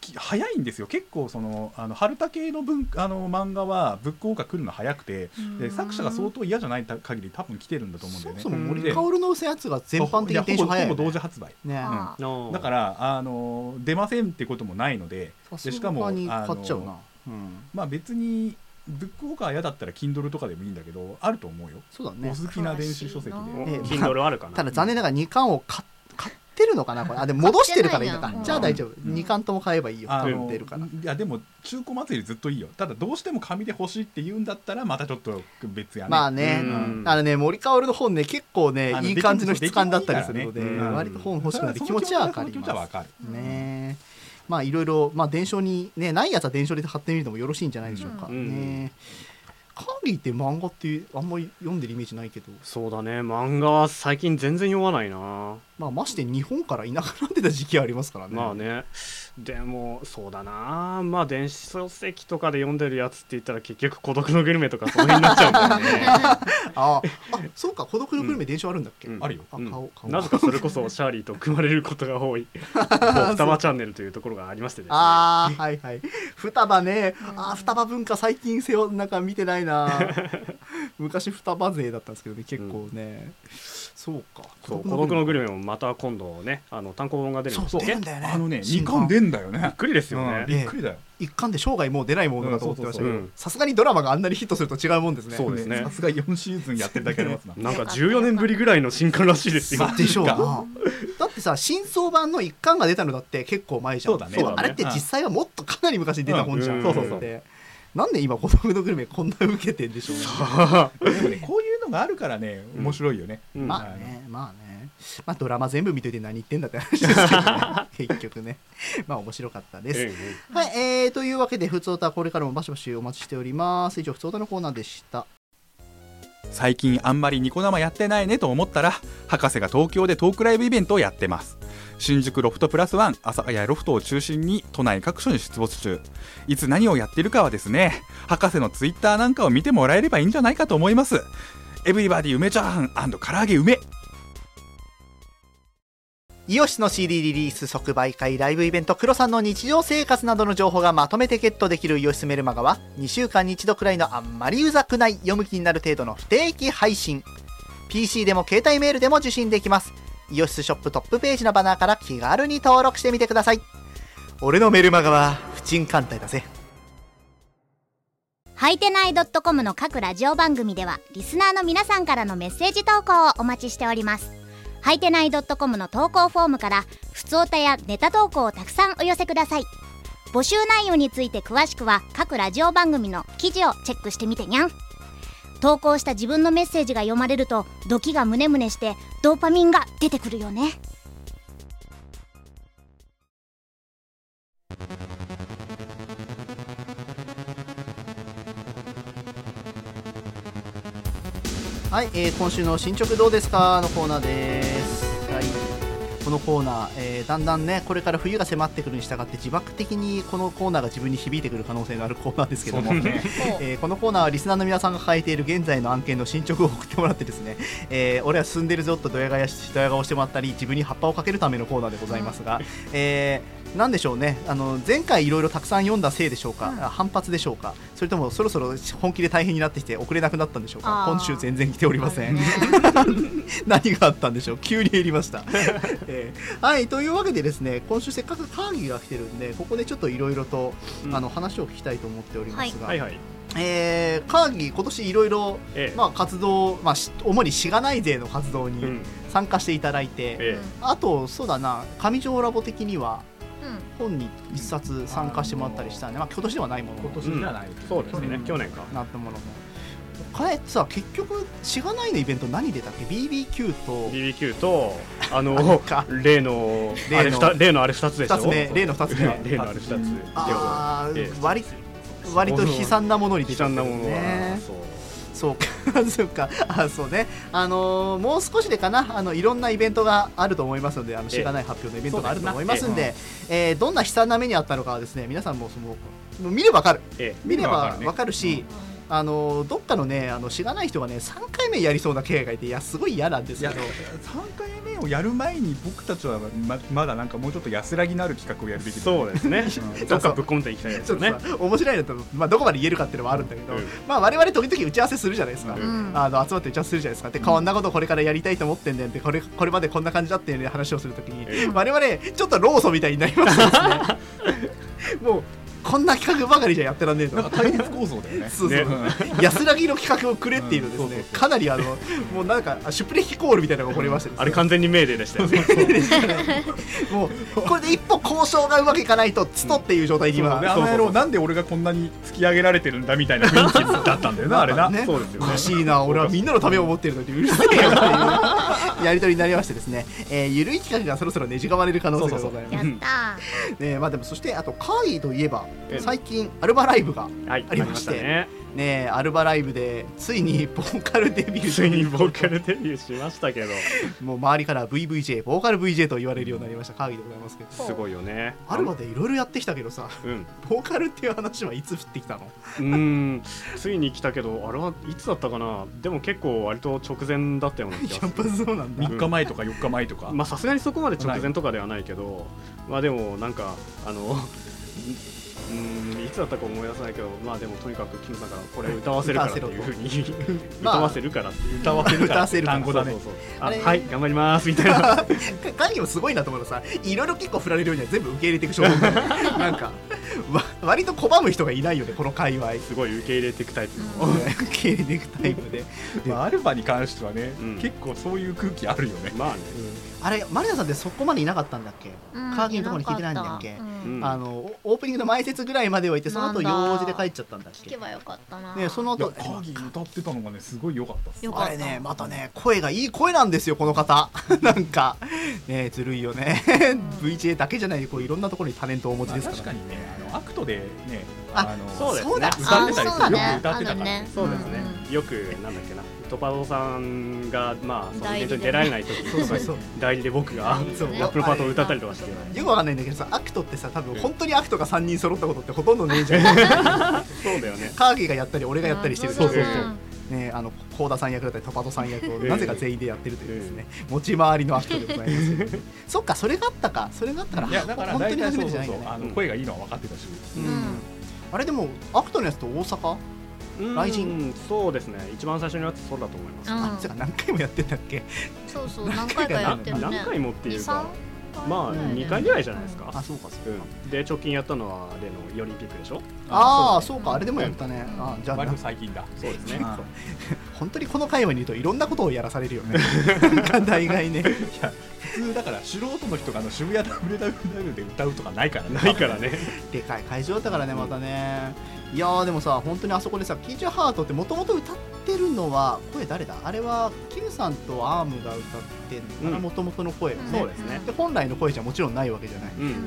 [SPEAKER 3] き早いんですよ結構そのあの春竹の文あの漫画はブックオーカー来るの早くてで作者が相当嫌じゃない限り多分来てるんだと思うんだ
[SPEAKER 1] そもそ
[SPEAKER 3] よね
[SPEAKER 1] も森
[SPEAKER 3] で
[SPEAKER 1] かおるのやつが全般的にテンション早い
[SPEAKER 3] ほ
[SPEAKER 1] よ
[SPEAKER 3] ぼ同
[SPEAKER 1] ね
[SPEAKER 3] 時発売
[SPEAKER 1] ね
[SPEAKER 2] あー
[SPEAKER 4] の
[SPEAKER 3] だからあの出ませんってこともないのででしかも
[SPEAKER 1] さすがに
[SPEAKER 3] あ
[SPEAKER 1] 買っちゃうな
[SPEAKER 3] のまあ別にブックオーカー嫌だったら Kindle とかでもいいんだけどあると思うよ、
[SPEAKER 1] そうだ
[SPEAKER 3] お
[SPEAKER 1] ね
[SPEAKER 3] 好きな電子書籍
[SPEAKER 2] 詳
[SPEAKER 1] ええ
[SPEAKER 3] で。
[SPEAKER 4] Kindle あるかな
[SPEAKER 1] ただ残念ながら2巻を買っ買ってるのかなこれあでも戻してるからいいの
[SPEAKER 2] 買
[SPEAKER 1] か
[SPEAKER 2] ってない
[SPEAKER 1] じ
[SPEAKER 2] じ
[SPEAKER 1] ゃ
[SPEAKER 2] ゃ
[SPEAKER 1] あ
[SPEAKER 2] ん
[SPEAKER 1] 大丈夫、
[SPEAKER 2] ん
[SPEAKER 1] 二2巻とも買えばいいよ
[SPEAKER 3] あ
[SPEAKER 1] 買
[SPEAKER 3] の
[SPEAKER 1] ってるから
[SPEAKER 3] いやでも中古祭りずっといいよただどうしても紙で欲しいって言うんだったらまたちょっと別やね
[SPEAKER 1] まあね、
[SPEAKER 4] うん
[SPEAKER 1] あのね森かおるの本ね結構ね
[SPEAKER 3] あの
[SPEAKER 1] いい感じの質感だったりするので、
[SPEAKER 3] 出来もいいから
[SPEAKER 4] ね
[SPEAKER 1] 割と本欲しくなって
[SPEAKER 3] そ
[SPEAKER 1] 気
[SPEAKER 3] れは
[SPEAKER 1] 持ちはわ
[SPEAKER 3] そ
[SPEAKER 1] か
[SPEAKER 3] の
[SPEAKER 1] り
[SPEAKER 3] 気持
[SPEAKER 1] ま
[SPEAKER 3] ちは
[SPEAKER 1] す
[SPEAKER 3] わかる
[SPEAKER 1] ねまあいろいろ、まあ、伝承に、ね、ないやつは伝承で貼ってみるのもよろしいんじゃないでしょうか、
[SPEAKER 4] うん
[SPEAKER 1] ねカーリーって漫画ってあんまり読んでるイメージないけど、
[SPEAKER 4] そうだね漫画は最近全然読まないな
[SPEAKER 1] まあ、まして日本からいなくなってた時期はありますからね,、
[SPEAKER 4] まあねでもそうだなまあ電子書籍とかで読んでるやつって言ったら結局孤独のグルメとかその辺になっちゃうんだよね
[SPEAKER 1] ああそうか孤独のグルメ伝承あるんだっけ、
[SPEAKER 4] うん
[SPEAKER 3] あるよ
[SPEAKER 1] あ
[SPEAKER 4] うん
[SPEAKER 1] 顔顔
[SPEAKER 4] なぜかそれこそシャーリーと組まれることが多 い「僕たまチャンネル」というところがありましてですね
[SPEAKER 1] ああはいはい双葉ね、ああ双葉文化最近背負なんか見てない な昔双葉勢だったんですけどね結構ね、そうか
[SPEAKER 4] そう孤独のグルメもまた今度ねあの単行本が出るんです
[SPEAKER 1] そう出るん
[SPEAKER 4] よねび
[SPEAKER 1] だよね
[SPEAKER 3] あのね
[SPEAKER 1] 新
[SPEAKER 3] 2
[SPEAKER 1] 刊
[SPEAKER 3] 巻出んだよね
[SPEAKER 4] っくりですよ
[SPEAKER 3] うん
[SPEAKER 4] ね
[SPEAKER 3] びっくりだよ
[SPEAKER 1] 一巻で生涯もう出ないものだと思ってましたけ
[SPEAKER 4] う
[SPEAKER 1] ど
[SPEAKER 4] ん
[SPEAKER 1] さすがにドラマがあんなにヒットすると違うもんですね
[SPEAKER 4] そうですね
[SPEAKER 3] さすが4シーズンやってるだけありますな
[SPEAKER 4] なんか14年ぶりぐらいの新刊らしいですよ
[SPEAKER 1] でしょうなだってってさ新装版の一巻が出たのだって結構前じゃん
[SPEAKER 3] そうだね
[SPEAKER 1] あれって実際はもっとかなり昔に出た本じゃん、
[SPEAKER 4] うん
[SPEAKER 3] そうそうそう
[SPEAKER 1] でなんで今「孤独のグルメ」こんな受けてんでしょうね
[SPEAKER 3] でもねこういうのがあるからね
[SPEAKER 4] うん
[SPEAKER 3] 面白いよね、
[SPEAKER 4] うん
[SPEAKER 1] まあねまあねまあドラマ全部見といて何言ってんだって話ですけど、 ね、結局ねまあ面白かったです、
[SPEAKER 4] え
[SPEAKER 1] はい、えー、というわけで、ふつおた、これからもバシバシお待ちしております。以上、ふつおたのコーナーでした。
[SPEAKER 3] 最近あんまりニコ生やってないねと思ったら博士が東京でトークライブイベントをやってます新宿ロフトプラスワン朝早ロフトを中心に都内各所に出没中いつ何をやってるかはですね博士のツイッターなんかを見てもらえればいいんじゃないかと思いますエブリバディ梅チャーハン唐揚げ梅
[SPEAKER 1] イオシスの CD リリース即売会ライブイベントクロさんの日常生活などの情報がまとめてゲットできるイオシスメルマガは2週間に1度くらいのあんまりうざくない読む気になる程度の不定期配信 PC でも携帯メールでも受信できますイオシスショップトップページのバナーから気軽に登録してみてください俺のメルマガは不沈艦隊だぜ
[SPEAKER 5] はいてない .com の各ラジオ番組ではリスナーの皆さんからのメッセージ投稿をお待ちしておりますはいてない .com の投稿フォームからふつおたやネタ投稿をたくさんお寄せください募集内容について詳しくは各ラジオ番組の記事をチェックしてみてにゃん投稿した自分のメッセージが読まれるとドキがムネムネしてドーパミンが出てくるよね
[SPEAKER 1] はい、えー今週の進捗どうですかのコーナーです。はい、このコーナー、えーだんだんね、これから冬が迫ってくるに従って、自爆的にこのコーナーが自分に響いてくる可能性があるコーナーですけども、 えーこのコーナーはリスナーの皆さんが抱えている現在の案件の進捗を送ってもらってですね、えー俺は進んでるぞとドヤ顔やしドヤ顔してもらったり、自分に葉っぱをかけるためのコーナーでございますが、えーなんでしょうねあの前回いろいろたくさん読んだせいでしょうか、反発でしょうかそれともそろそろ本気で大変になってきて遅れなくなったんでしょうか
[SPEAKER 2] あー
[SPEAKER 1] 今週全然来ておりません、
[SPEAKER 2] ね
[SPEAKER 1] 何があったんでしょう急に減りました、 えーはいというわけでですね今週せっかく会議が来てるんでここでちょっといろいろと、
[SPEAKER 4] うん
[SPEAKER 1] あの話を聞きたいと思っておりますが、
[SPEAKER 4] はいはい
[SPEAKER 1] えー、会議今年いろいろ
[SPEAKER 4] ええ
[SPEAKER 1] まあ活動、まあ、し主にしがない勢の活動
[SPEAKER 4] う
[SPEAKER 1] に
[SPEAKER 4] ん
[SPEAKER 1] 参加していただいて、
[SPEAKER 4] え
[SPEAKER 1] あとそうだな上条ラボ的には
[SPEAKER 2] うん
[SPEAKER 1] 本に一冊参加してもらったりしたんで、まあ、今年ではないもの
[SPEAKER 4] 年では
[SPEAKER 3] ない、
[SPEAKER 4] えそうですね、
[SPEAKER 1] うん
[SPEAKER 4] 去年か
[SPEAKER 1] なったものもかえさ結局しがないのイベント何出たっけ BBQ と
[SPEAKER 4] BBQ とあ
[SPEAKER 1] あれ
[SPEAKER 4] の
[SPEAKER 1] か
[SPEAKER 4] 例のあれ
[SPEAKER 1] 例の
[SPEAKER 4] 二例のあれ2つでしょ
[SPEAKER 1] 2つ目例の2つ目
[SPEAKER 4] 例のあれ2つ
[SPEAKER 1] あ
[SPEAKER 4] え
[SPEAKER 1] ー
[SPEAKER 4] え
[SPEAKER 1] 割割と悲惨なものに
[SPEAKER 4] 悲
[SPEAKER 1] 出ちゃっ
[SPEAKER 4] 惨
[SPEAKER 1] た
[SPEAKER 4] な
[SPEAKER 1] よ
[SPEAKER 4] ものは
[SPEAKER 1] ね。
[SPEAKER 4] そう
[SPEAKER 1] そうか、そうか、 あ、そうね、あのーもう少しでかな、あの、いろんなイベントがあると思いますので、あの、
[SPEAKER 4] ええ
[SPEAKER 1] しがない発表のイベントがあると思いますんで。えーどんな悲惨な目にあったのかはですね、皆さんも、その、もう見ればわかる、
[SPEAKER 4] え
[SPEAKER 1] 見れば
[SPEAKER 3] 見ればわかるね
[SPEAKER 1] わかるし。あのーどっかのね、あの、しがない人がね、3回目やりそうな気がいて、いや、すごい嫌なんです
[SPEAKER 3] い
[SPEAKER 1] け
[SPEAKER 3] や
[SPEAKER 1] ど。
[SPEAKER 3] 3回目をやる前に僕たちはままだなんかもうちょっと安らぎのある企画をやるべきだよね
[SPEAKER 4] そ うですね
[SPEAKER 3] うん
[SPEAKER 4] どっかぶっ込んでいきたいで
[SPEAKER 1] ち
[SPEAKER 4] す
[SPEAKER 1] ょ
[SPEAKER 4] よ
[SPEAKER 1] っとさ
[SPEAKER 4] ね、
[SPEAKER 1] 面白いのと、まあ、どこまで言えるかっていうのもあるんだけど、
[SPEAKER 4] うん
[SPEAKER 1] まあ我々時々打ち合わせするじゃないですか、
[SPEAKER 4] うん
[SPEAKER 1] あの集まって打ち合わせするじゃないですかでこんなことこれからやりたいと思ってんだよってこれこれまでこんな感じだっていう話をするときに、
[SPEAKER 4] うん
[SPEAKER 1] 我々ちょっと老祖みたいになります ですねもうこんな企画ばかりじゃやってらんねえと
[SPEAKER 3] なんか対立構造だよね
[SPEAKER 1] そうそう安らぎの企画をくれっていうのですね、
[SPEAKER 3] うんそうそうそう
[SPEAKER 1] かなりあのもうなんかあシュプレヒコールみたいなのが起こりましてですね
[SPEAKER 4] あれ完全にメーデーでしたよね
[SPEAKER 1] もうこれで一歩交渉がうまくいかないとつとっていう状態に今、
[SPEAKER 3] 今あの野郎なんで俺がこんなに突き上げられてるんだみたいな雰囲気だったんだよなあれな、
[SPEAKER 1] ね
[SPEAKER 4] そうですよ
[SPEAKER 1] お
[SPEAKER 4] ね
[SPEAKER 1] かしいな俺はみんなのためを思ってるの にうるせえよっていうやり取りになりましてですね、えーゆるい企画がそろそろねじがわれる可能性がございます
[SPEAKER 2] やった
[SPEAKER 1] ねまあでもそしてあと会議といえば
[SPEAKER 4] ええ
[SPEAKER 1] 最近アルバライブが
[SPEAKER 4] はい
[SPEAKER 1] ありまして
[SPEAKER 4] あね
[SPEAKER 1] ねアルバライブでついにボーカルデビュー
[SPEAKER 4] ついにボーカルデビューしましたけど
[SPEAKER 1] もう周りから VVJ ボーカル VJ と言われるようになりました会議でございますけど
[SPEAKER 4] すごいよね
[SPEAKER 1] アルバでいろいろやってきたけどさ
[SPEAKER 4] うん
[SPEAKER 1] ボーカルっていう話はいつ降ってきたの
[SPEAKER 4] うーんついに来たけどあれはいつだったかなでも結構割と直前だったような気
[SPEAKER 1] や
[SPEAKER 4] が
[SPEAKER 1] っ
[SPEAKER 4] す
[SPEAKER 1] ぱ
[SPEAKER 4] る
[SPEAKER 1] そうなんだ
[SPEAKER 3] 3日前とか4日前とか、
[SPEAKER 4] まあさすがにそこまで直前とかではないけどまあでもなんかあのうーんいつだったか思い出せないけどまあでもとにかくキムさんからこれ歌わせるからっていうふうに
[SPEAKER 1] まあ
[SPEAKER 4] 歌わせるからっていう
[SPEAKER 3] 歌わせる
[SPEAKER 1] 歌わせるから
[SPEAKER 3] 単語だね
[SPEAKER 4] そうそうそう
[SPEAKER 1] あ
[SPEAKER 4] あ
[SPEAKER 1] れ
[SPEAKER 4] はい頑張りますみたい な
[SPEAKER 1] 会議もすごいなと思うのさいろいろ結構振られるようには全部受け入れていく商品なんかわ割と拒む人がいないよねこの界隈
[SPEAKER 4] すごい受け入れていくタイプの
[SPEAKER 1] 受け入れていくタイプで
[SPEAKER 3] まあアルバに関してはね、
[SPEAKER 4] うん
[SPEAKER 3] 結構そういう空気あるよね
[SPEAKER 4] まあね
[SPEAKER 1] あれマリナさんってそこまでいなかったんだっけ、
[SPEAKER 2] うん
[SPEAKER 1] カーキのところに聞いてないんだっけ
[SPEAKER 2] なかたう
[SPEAKER 4] うんん
[SPEAKER 1] あのおオープニングの前説ぐらいまではいてその後
[SPEAKER 2] なんだ
[SPEAKER 1] 用事で帰っちゃったんだっ
[SPEAKER 2] 聞
[SPEAKER 1] け
[SPEAKER 2] けばよかったな。
[SPEAKER 1] ねその
[SPEAKER 3] いや
[SPEAKER 1] 後
[SPEAKER 3] カーギー歌ってたのがねすごい良かったっす
[SPEAKER 2] よか
[SPEAKER 1] あ
[SPEAKER 2] った
[SPEAKER 1] れねまたね声がいい声なんですよこの方 なんかねずるいよね VJ だけじゃないこういろんなところにタレントをお持ち
[SPEAKER 3] まあ
[SPEAKER 1] です
[SPEAKER 3] 確
[SPEAKER 1] か
[SPEAKER 3] から
[SPEAKER 1] ね
[SPEAKER 3] にねあのアクトでね
[SPEAKER 1] あ
[SPEAKER 3] の
[SPEAKER 4] そうですね
[SPEAKER 1] そうだ
[SPEAKER 3] 歌ってたりする
[SPEAKER 2] あそうだね
[SPEAKER 3] よく歌ってた
[SPEAKER 2] あ
[SPEAKER 3] から
[SPEAKER 2] るね
[SPEAKER 4] そうですね、よくなんだっけなトパドさんがまあそのイベントに出られない時
[SPEAKER 1] そう
[SPEAKER 4] と
[SPEAKER 1] そ
[SPEAKER 4] か
[SPEAKER 1] う
[SPEAKER 4] に
[SPEAKER 1] そう
[SPEAKER 4] 代理で僕がラ
[SPEAKER 1] そう
[SPEAKER 4] ップのパートを歌ったりとかして
[SPEAKER 1] よくわかんないんだけどさアクトってさ多分本当にアクトが3人揃ったことってほとんどねえじゃん
[SPEAKER 4] そうだよね
[SPEAKER 1] カーギーがやったり俺がやったりしてる
[SPEAKER 2] そうう
[SPEAKER 1] そ
[SPEAKER 2] そうう
[SPEAKER 1] そ
[SPEAKER 2] そうう
[SPEAKER 1] ねあの高田さん役だったりトパトさん役を
[SPEAKER 4] ええ
[SPEAKER 1] なぜか全員でやってるというですね持ち回りのアクトでございますそっかそれがあったかそれがあったから
[SPEAKER 3] いやだから
[SPEAKER 1] 本当
[SPEAKER 3] 大
[SPEAKER 1] に
[SPEAKER 3] 体
[SPEAKER 1] 初
[SPEAKER 3] そ
[SPEAKER 1] め
[SPEAKER 3] う
[SPEAKER 1] てじゃな
[SPEAKER 3] そう
[SPEAKER 1] い
[SPEAKER 3] そ
[SPEAKER 1] よ
[SPEAKER 3] う
[SPEAKER 1] ね
[SPEAKER 3] あの
[SPEAKER 4] うん
[SPEAKER 3] 声がいいのは分かってたし
[SPEAKER 1] うん
[SPEAKER 2] うん
[SPEAKER 1] あれでもアクトのやつと大阪、雷神
[SPEAKER 4] うんそうですね一番最初のやつそうだと思います
[SPEAKER 1] あいつが何回もやってんだっけ
[SPEAKER 2] そうそう、何回かやってるね。
[SPEAKER 4] 何回もっていうか
[SPEAKER 2] 二三
[SPEAKER 4] まあ
[SPEAKER 2] 回ぐらいだよね
[SPEAKER 4] 2回ぐらいじゃないですか
[SPEAKER 1] あそうかそうか、
[SPEAKER 4] うんで直近やったのは例のイオリンピックでしょ
[SPEAKER 1] ああ
[SPEAKER 3] そ
[SPEAKER 1] そううかあれでもやったね、
[SPEAKER 2] うん
[SPEAKER 1] あじゃあ
[SPEAKER 3] 割
[SPEAKER 1] な
[SPEAKER 3] と最近だ
[SPEAKER 4] そうですね
[SPEAKER 3] あー
[SPEAKER 1] 本当にこの界隈にいるといろんなことをやらされるよねなんか大概ね
[SPEAKER 3] 普通だから素人の人があの渋谷 WWW で歌うとかないからね
[SPEAKER 4] ないからね
[SPEAKER 1] でかい会場だったからねまたね、いやーでもさ本当にあそこでさキーチューハートってもともと歌ってるのは声誰だあれはキムさんとアームが歌ってるのかな
[SPEAKER 4] うん
[SPEAKER 1] もともとの声はね、
[SPEAKER 4] そうですね
[SPEAKER 1] で本来の声じゃもちろんないわけじゃない
[SPEAKER 4] うん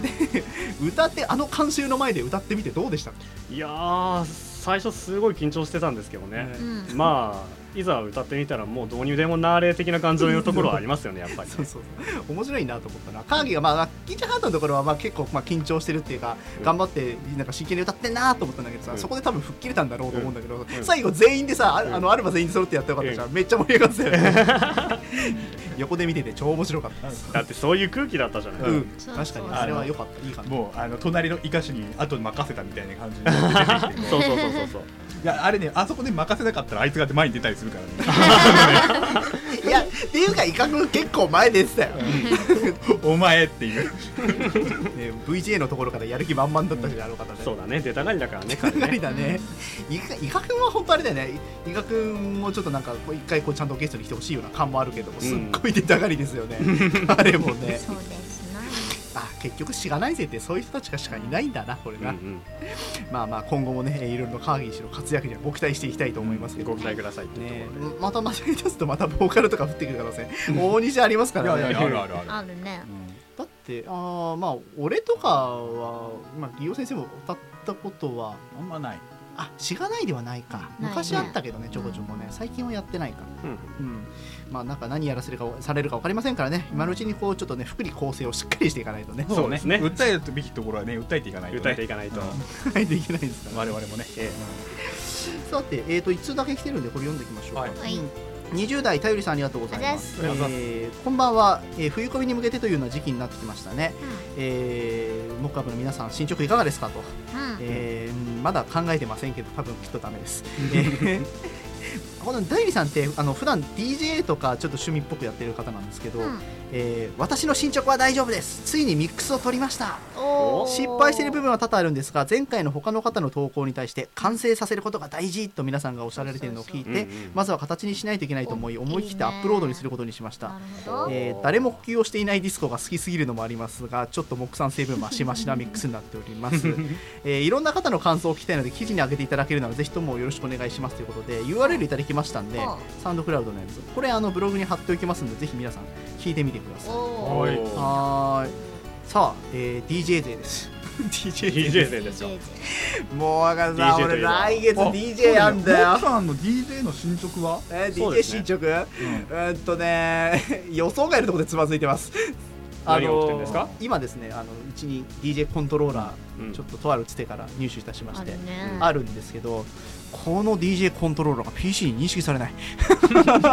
[SPEAKER 1] 歌ってあの観衆の前で歌ってみてどうでした
[SPEAKER 4] いやー最初すごい緊張してたんですけどね、
[SPEAKER 2] うんうん
[SPEAKER 4] まあいざ歌ってみたらもうどうにでもなーれ的な感じのところはありますよねやっぱりね
[SPEAKER 1] そうそうそう面白いなと思ったなカーギーが、まあ、キーチューハートのところはまあ結構まあ緊張してるっていうか、
[SPEAKER 4] うん
[SPEAKER 1] 頑張ってなんか真剣に歌ってんなと思ったんだけどさ、
[SPEAKER 4] うん
[SPEAKER 1] そこで多分吹っ切れたんだろうと思うんだけど、
[SPEAKER 4] ん
[SPEAKER 1] 最後全員でさあ,、
[SPEAKER 4] うん
[SPEAKER 1] あのアルバ全員で揃ってやってよかったじゃん、めっちゃ盛り上がってたよね横で見てて超面白かったです
[SPEAKER 4] だってそういう空気だったじゃない、
[SPEAKER 1] うん、
[SPEAKER 2] そう
[SPEAKER 1] 確かに
[SPEAKER 2] そう
[SPEAKER 1] あれは良かったいい感じ
[SPEAKER 3] もうあの隣のイカシに後に任せたみたいな感じになって出て きて
[SPEAKER 4] そうそうそうそうそう
[SPEAKER 3] いやあれねあそこで任せなかったらあいつが前に出たりするからね
[SPEAKER 1] いやっていうか威嚇結構前でしたよ、ね、
[SPEAKER 3] お前っていう
[SPEAKER 1] VJ のところからやる気満々だったじゃん、あの方ね
[SPEAKER 4] そうだね出たがりだからね
[SPEAKER 1] か
[SPEAKER 4] 彼
[SPEAKER 1] なり
[SPEAKER 4] ね
[SPEAKER 1] だね。伊賀伊賀君は本当あれだよね。伊賀君もちょっとなんかこう一回こうちゃんとゲストに来てほしいような感もあるけども、
[SPEAKER 4] ん
[SPEAKER 1] すっごい出たがりですよね。 あれも ね。
[SPEAKER 2] そうですな。
[SPEAKER 1] あ結局知らないぜってそういう人たちがしかいないんだなこれ
[SPEAKER 4] うん
[SPEAKER 1] な。まあまあ今後もねいろいろな会議しの活躍にはご期待していきたいと思います
[SPEAKER 4] う
[SPEAKER 1] け
[SPEAKER 4] ん
[SPEAKER 1] ど。
[SPEAKER 4] ご期待くださいっていうとこ
[SPEAKER 1] ね
[SPEAKER 4] ろで、
[SPEAKER 1] また間違え出すとまたボーカルとか降ってくる可能性大にじありますからね
[SPEAKER 3] あるあるある
[SPEAKER 2] あるね。
[SPEAKER 1] だってあーまあ俺とかは、まあ、ギオ先生も歌ったことは
[SPEAKER 3] あんまない
[SPEAKER 1] あしがないではないか
[SPEAKER 2] ないね
[SPEAKER 1] 昔あったけどねちょこちょこね最近はやってないか
[SPEAKER 4] うん
[SPEAKER 1] うんまあなんか何やらせるかされるか分かりませんからね今のうちにこうちょっとね福利厚生をしっかりしていかないとね
[SPEAKER 4] そうですね
[SPEAKER 3] 訴えるべきところはね訴えていかないと、ね、
[SPEAKER 4] 歌えていかないと、
[SPEAKER 1] ないといけないですから
[SPEAKER 3] 我々もね、
[SPEAKER 1] さてえーと1通だけ来てるんでこれ読んでいきましょうか、
[SPEAKER 3] はい
[SPEAKER 2] はい
[SPEAKER 1] うん20代頼りさんありがとうございます
[SPEAKER 3] ありがとうございま
[SPEAKER 1] えーこんばんは、えー冬込みに向けてというような時期になってきましたね、えー、モックアップの皆さん進捗いかがですかと
[SPEAKER 2] うん。
[SPEAKER 1] えーまだ考えてませんけど多分きっとダメ です。えーこのダイリさんってあの普段 DJ とかちょっと趣味っぽくやってる方なんですけど、
[SPEAKER 2] うん
[SPEAKER 1] えー私の進捗は大丈夫ですついにミックスを取りました
[SPEAKER 2] おー
[SPEAKER 1] 失敗している部分は多々あるんですが前回の他の方の投稿に対して完成させることが大事と皆さんがおっしゃられているのを聞いて
[SPEAKER 4] そうそうそううんうん
[SPEAKER 1] まずは形にしないといけないと思い
[SPEAKER 2] お
[SPEAKER 1] 思い切って
[SPEAKER 2] いい
[SPEAKER 1] ア
[SPEAKER 2] ね
[SPEAKER 1] ップロードにすることにしました
[SPEAKER 2] なるほど。
[SPEAKER 1] えー誰も呼吸をしていないディスコが好きすぎるのもありますがちょっと木酸成分マシマシなミックスになっております、えーいろんな方の感想を聞きたいので記事に上げていただけるならぜひともよろしくお願いしますということで URL いただきましたんで
[SPEAKER 2] は
[SPEAKER 1] サウンドクラウドのやつこれあのブログに貼っておきますのでぜひ皆さん聞いてみてください
[SPEAKER 2] おー。
[SPEAKER 4] い
[SPEAKER 1] はーいさあ、えー DJ 勢です DJ 勢
[SPEAKER 4] DJ 勢ですよ
[SPEAKER 1] もう若さ
[SPEAKER 4] DJ といえば
[SPEAKER 1] 俺来月 DJ やんだよ
[SPEAKER 3] あそうねモックさんの DJ の進捗は
[SPEAKER 1] えー
[SPEAKER 4] そう
[SPEAKER 1] DJ
[SPEAKER 4] ですね
[SPEAKER 1] 進捗う,、ーんとね 予想外のところでつまずいてます
[SPEAKER 4] 何が起きてんですか
[SPEAKER 1] あのー今ですねあのうちに DJ コントローラ
[SPEAKER 4] う
[SPEAKER 1] ー
[SPEAKER 4] ん
[SPEAKER 1] ちょっととあるつてから入手いたしまし
[SPEAKER 2] あ
[SPEAKER 1] て、
[SPEAKER 2] るね。
[SPEAKER 1] あるんですけどこの DJ コントローラーが PC に認識されない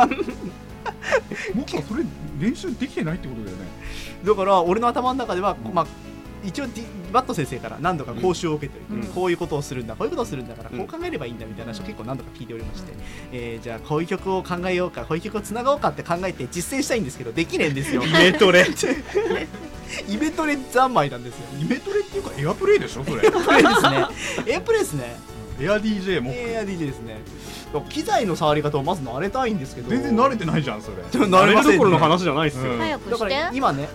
[SPEAKER 3] もっとそれ練習できてないってことだよね
[SPEAKER 1] だから俺の頭の中では、まあ一応、D、バット先生から何度か講習を受けておいて、
[SPEAKER 4] うん
[SPEAKER 1] こういうことをするんだこういうことをするんだから
[SPEAKER 4] う
[SPEAKER 1] こ
[SPEAKER 4] ん
[SPEAKER 1] う考えればいいんだみたいな話を結構何度か聞いておりまして、えーじゃあこういう曲を考えようかこういう曲をつながおうかって考えて実践したいんですけどできねえんですよ
[SPEAKER 4] メトレ
[SPEAKER 1] イベトレ三昧なんですよ
[SPEAKER 3] イメトレっていうかエアプレイでしょそれ
[SPEAKER 1] エアプレイですねエアプレイですね
[SPEAKER 3] エア DJ も
[SPEAKER 1] エア DJ ですねや機材の触り方をまず慣れたいんですけど
[SPEAKER 3] 全然慣れてないじゃんそれ
[SPEAKER 1] でも 慣
[SPEAKER 4] 慣れ
[SPEAKER 1] れ
[SPEAKER 4] る
[SPEAKER 1] ませんね
[SPEAKER 4] どころの話じゃないっすよ、
[SPEAKER 3] うん
[SPEAKER 2] 早く
[SPEAKER 1] だ
[SPEAKER 2] し
[SPEAKER 1] か
[SPEAKER 2] て
[SPEAKER 1] ら今ね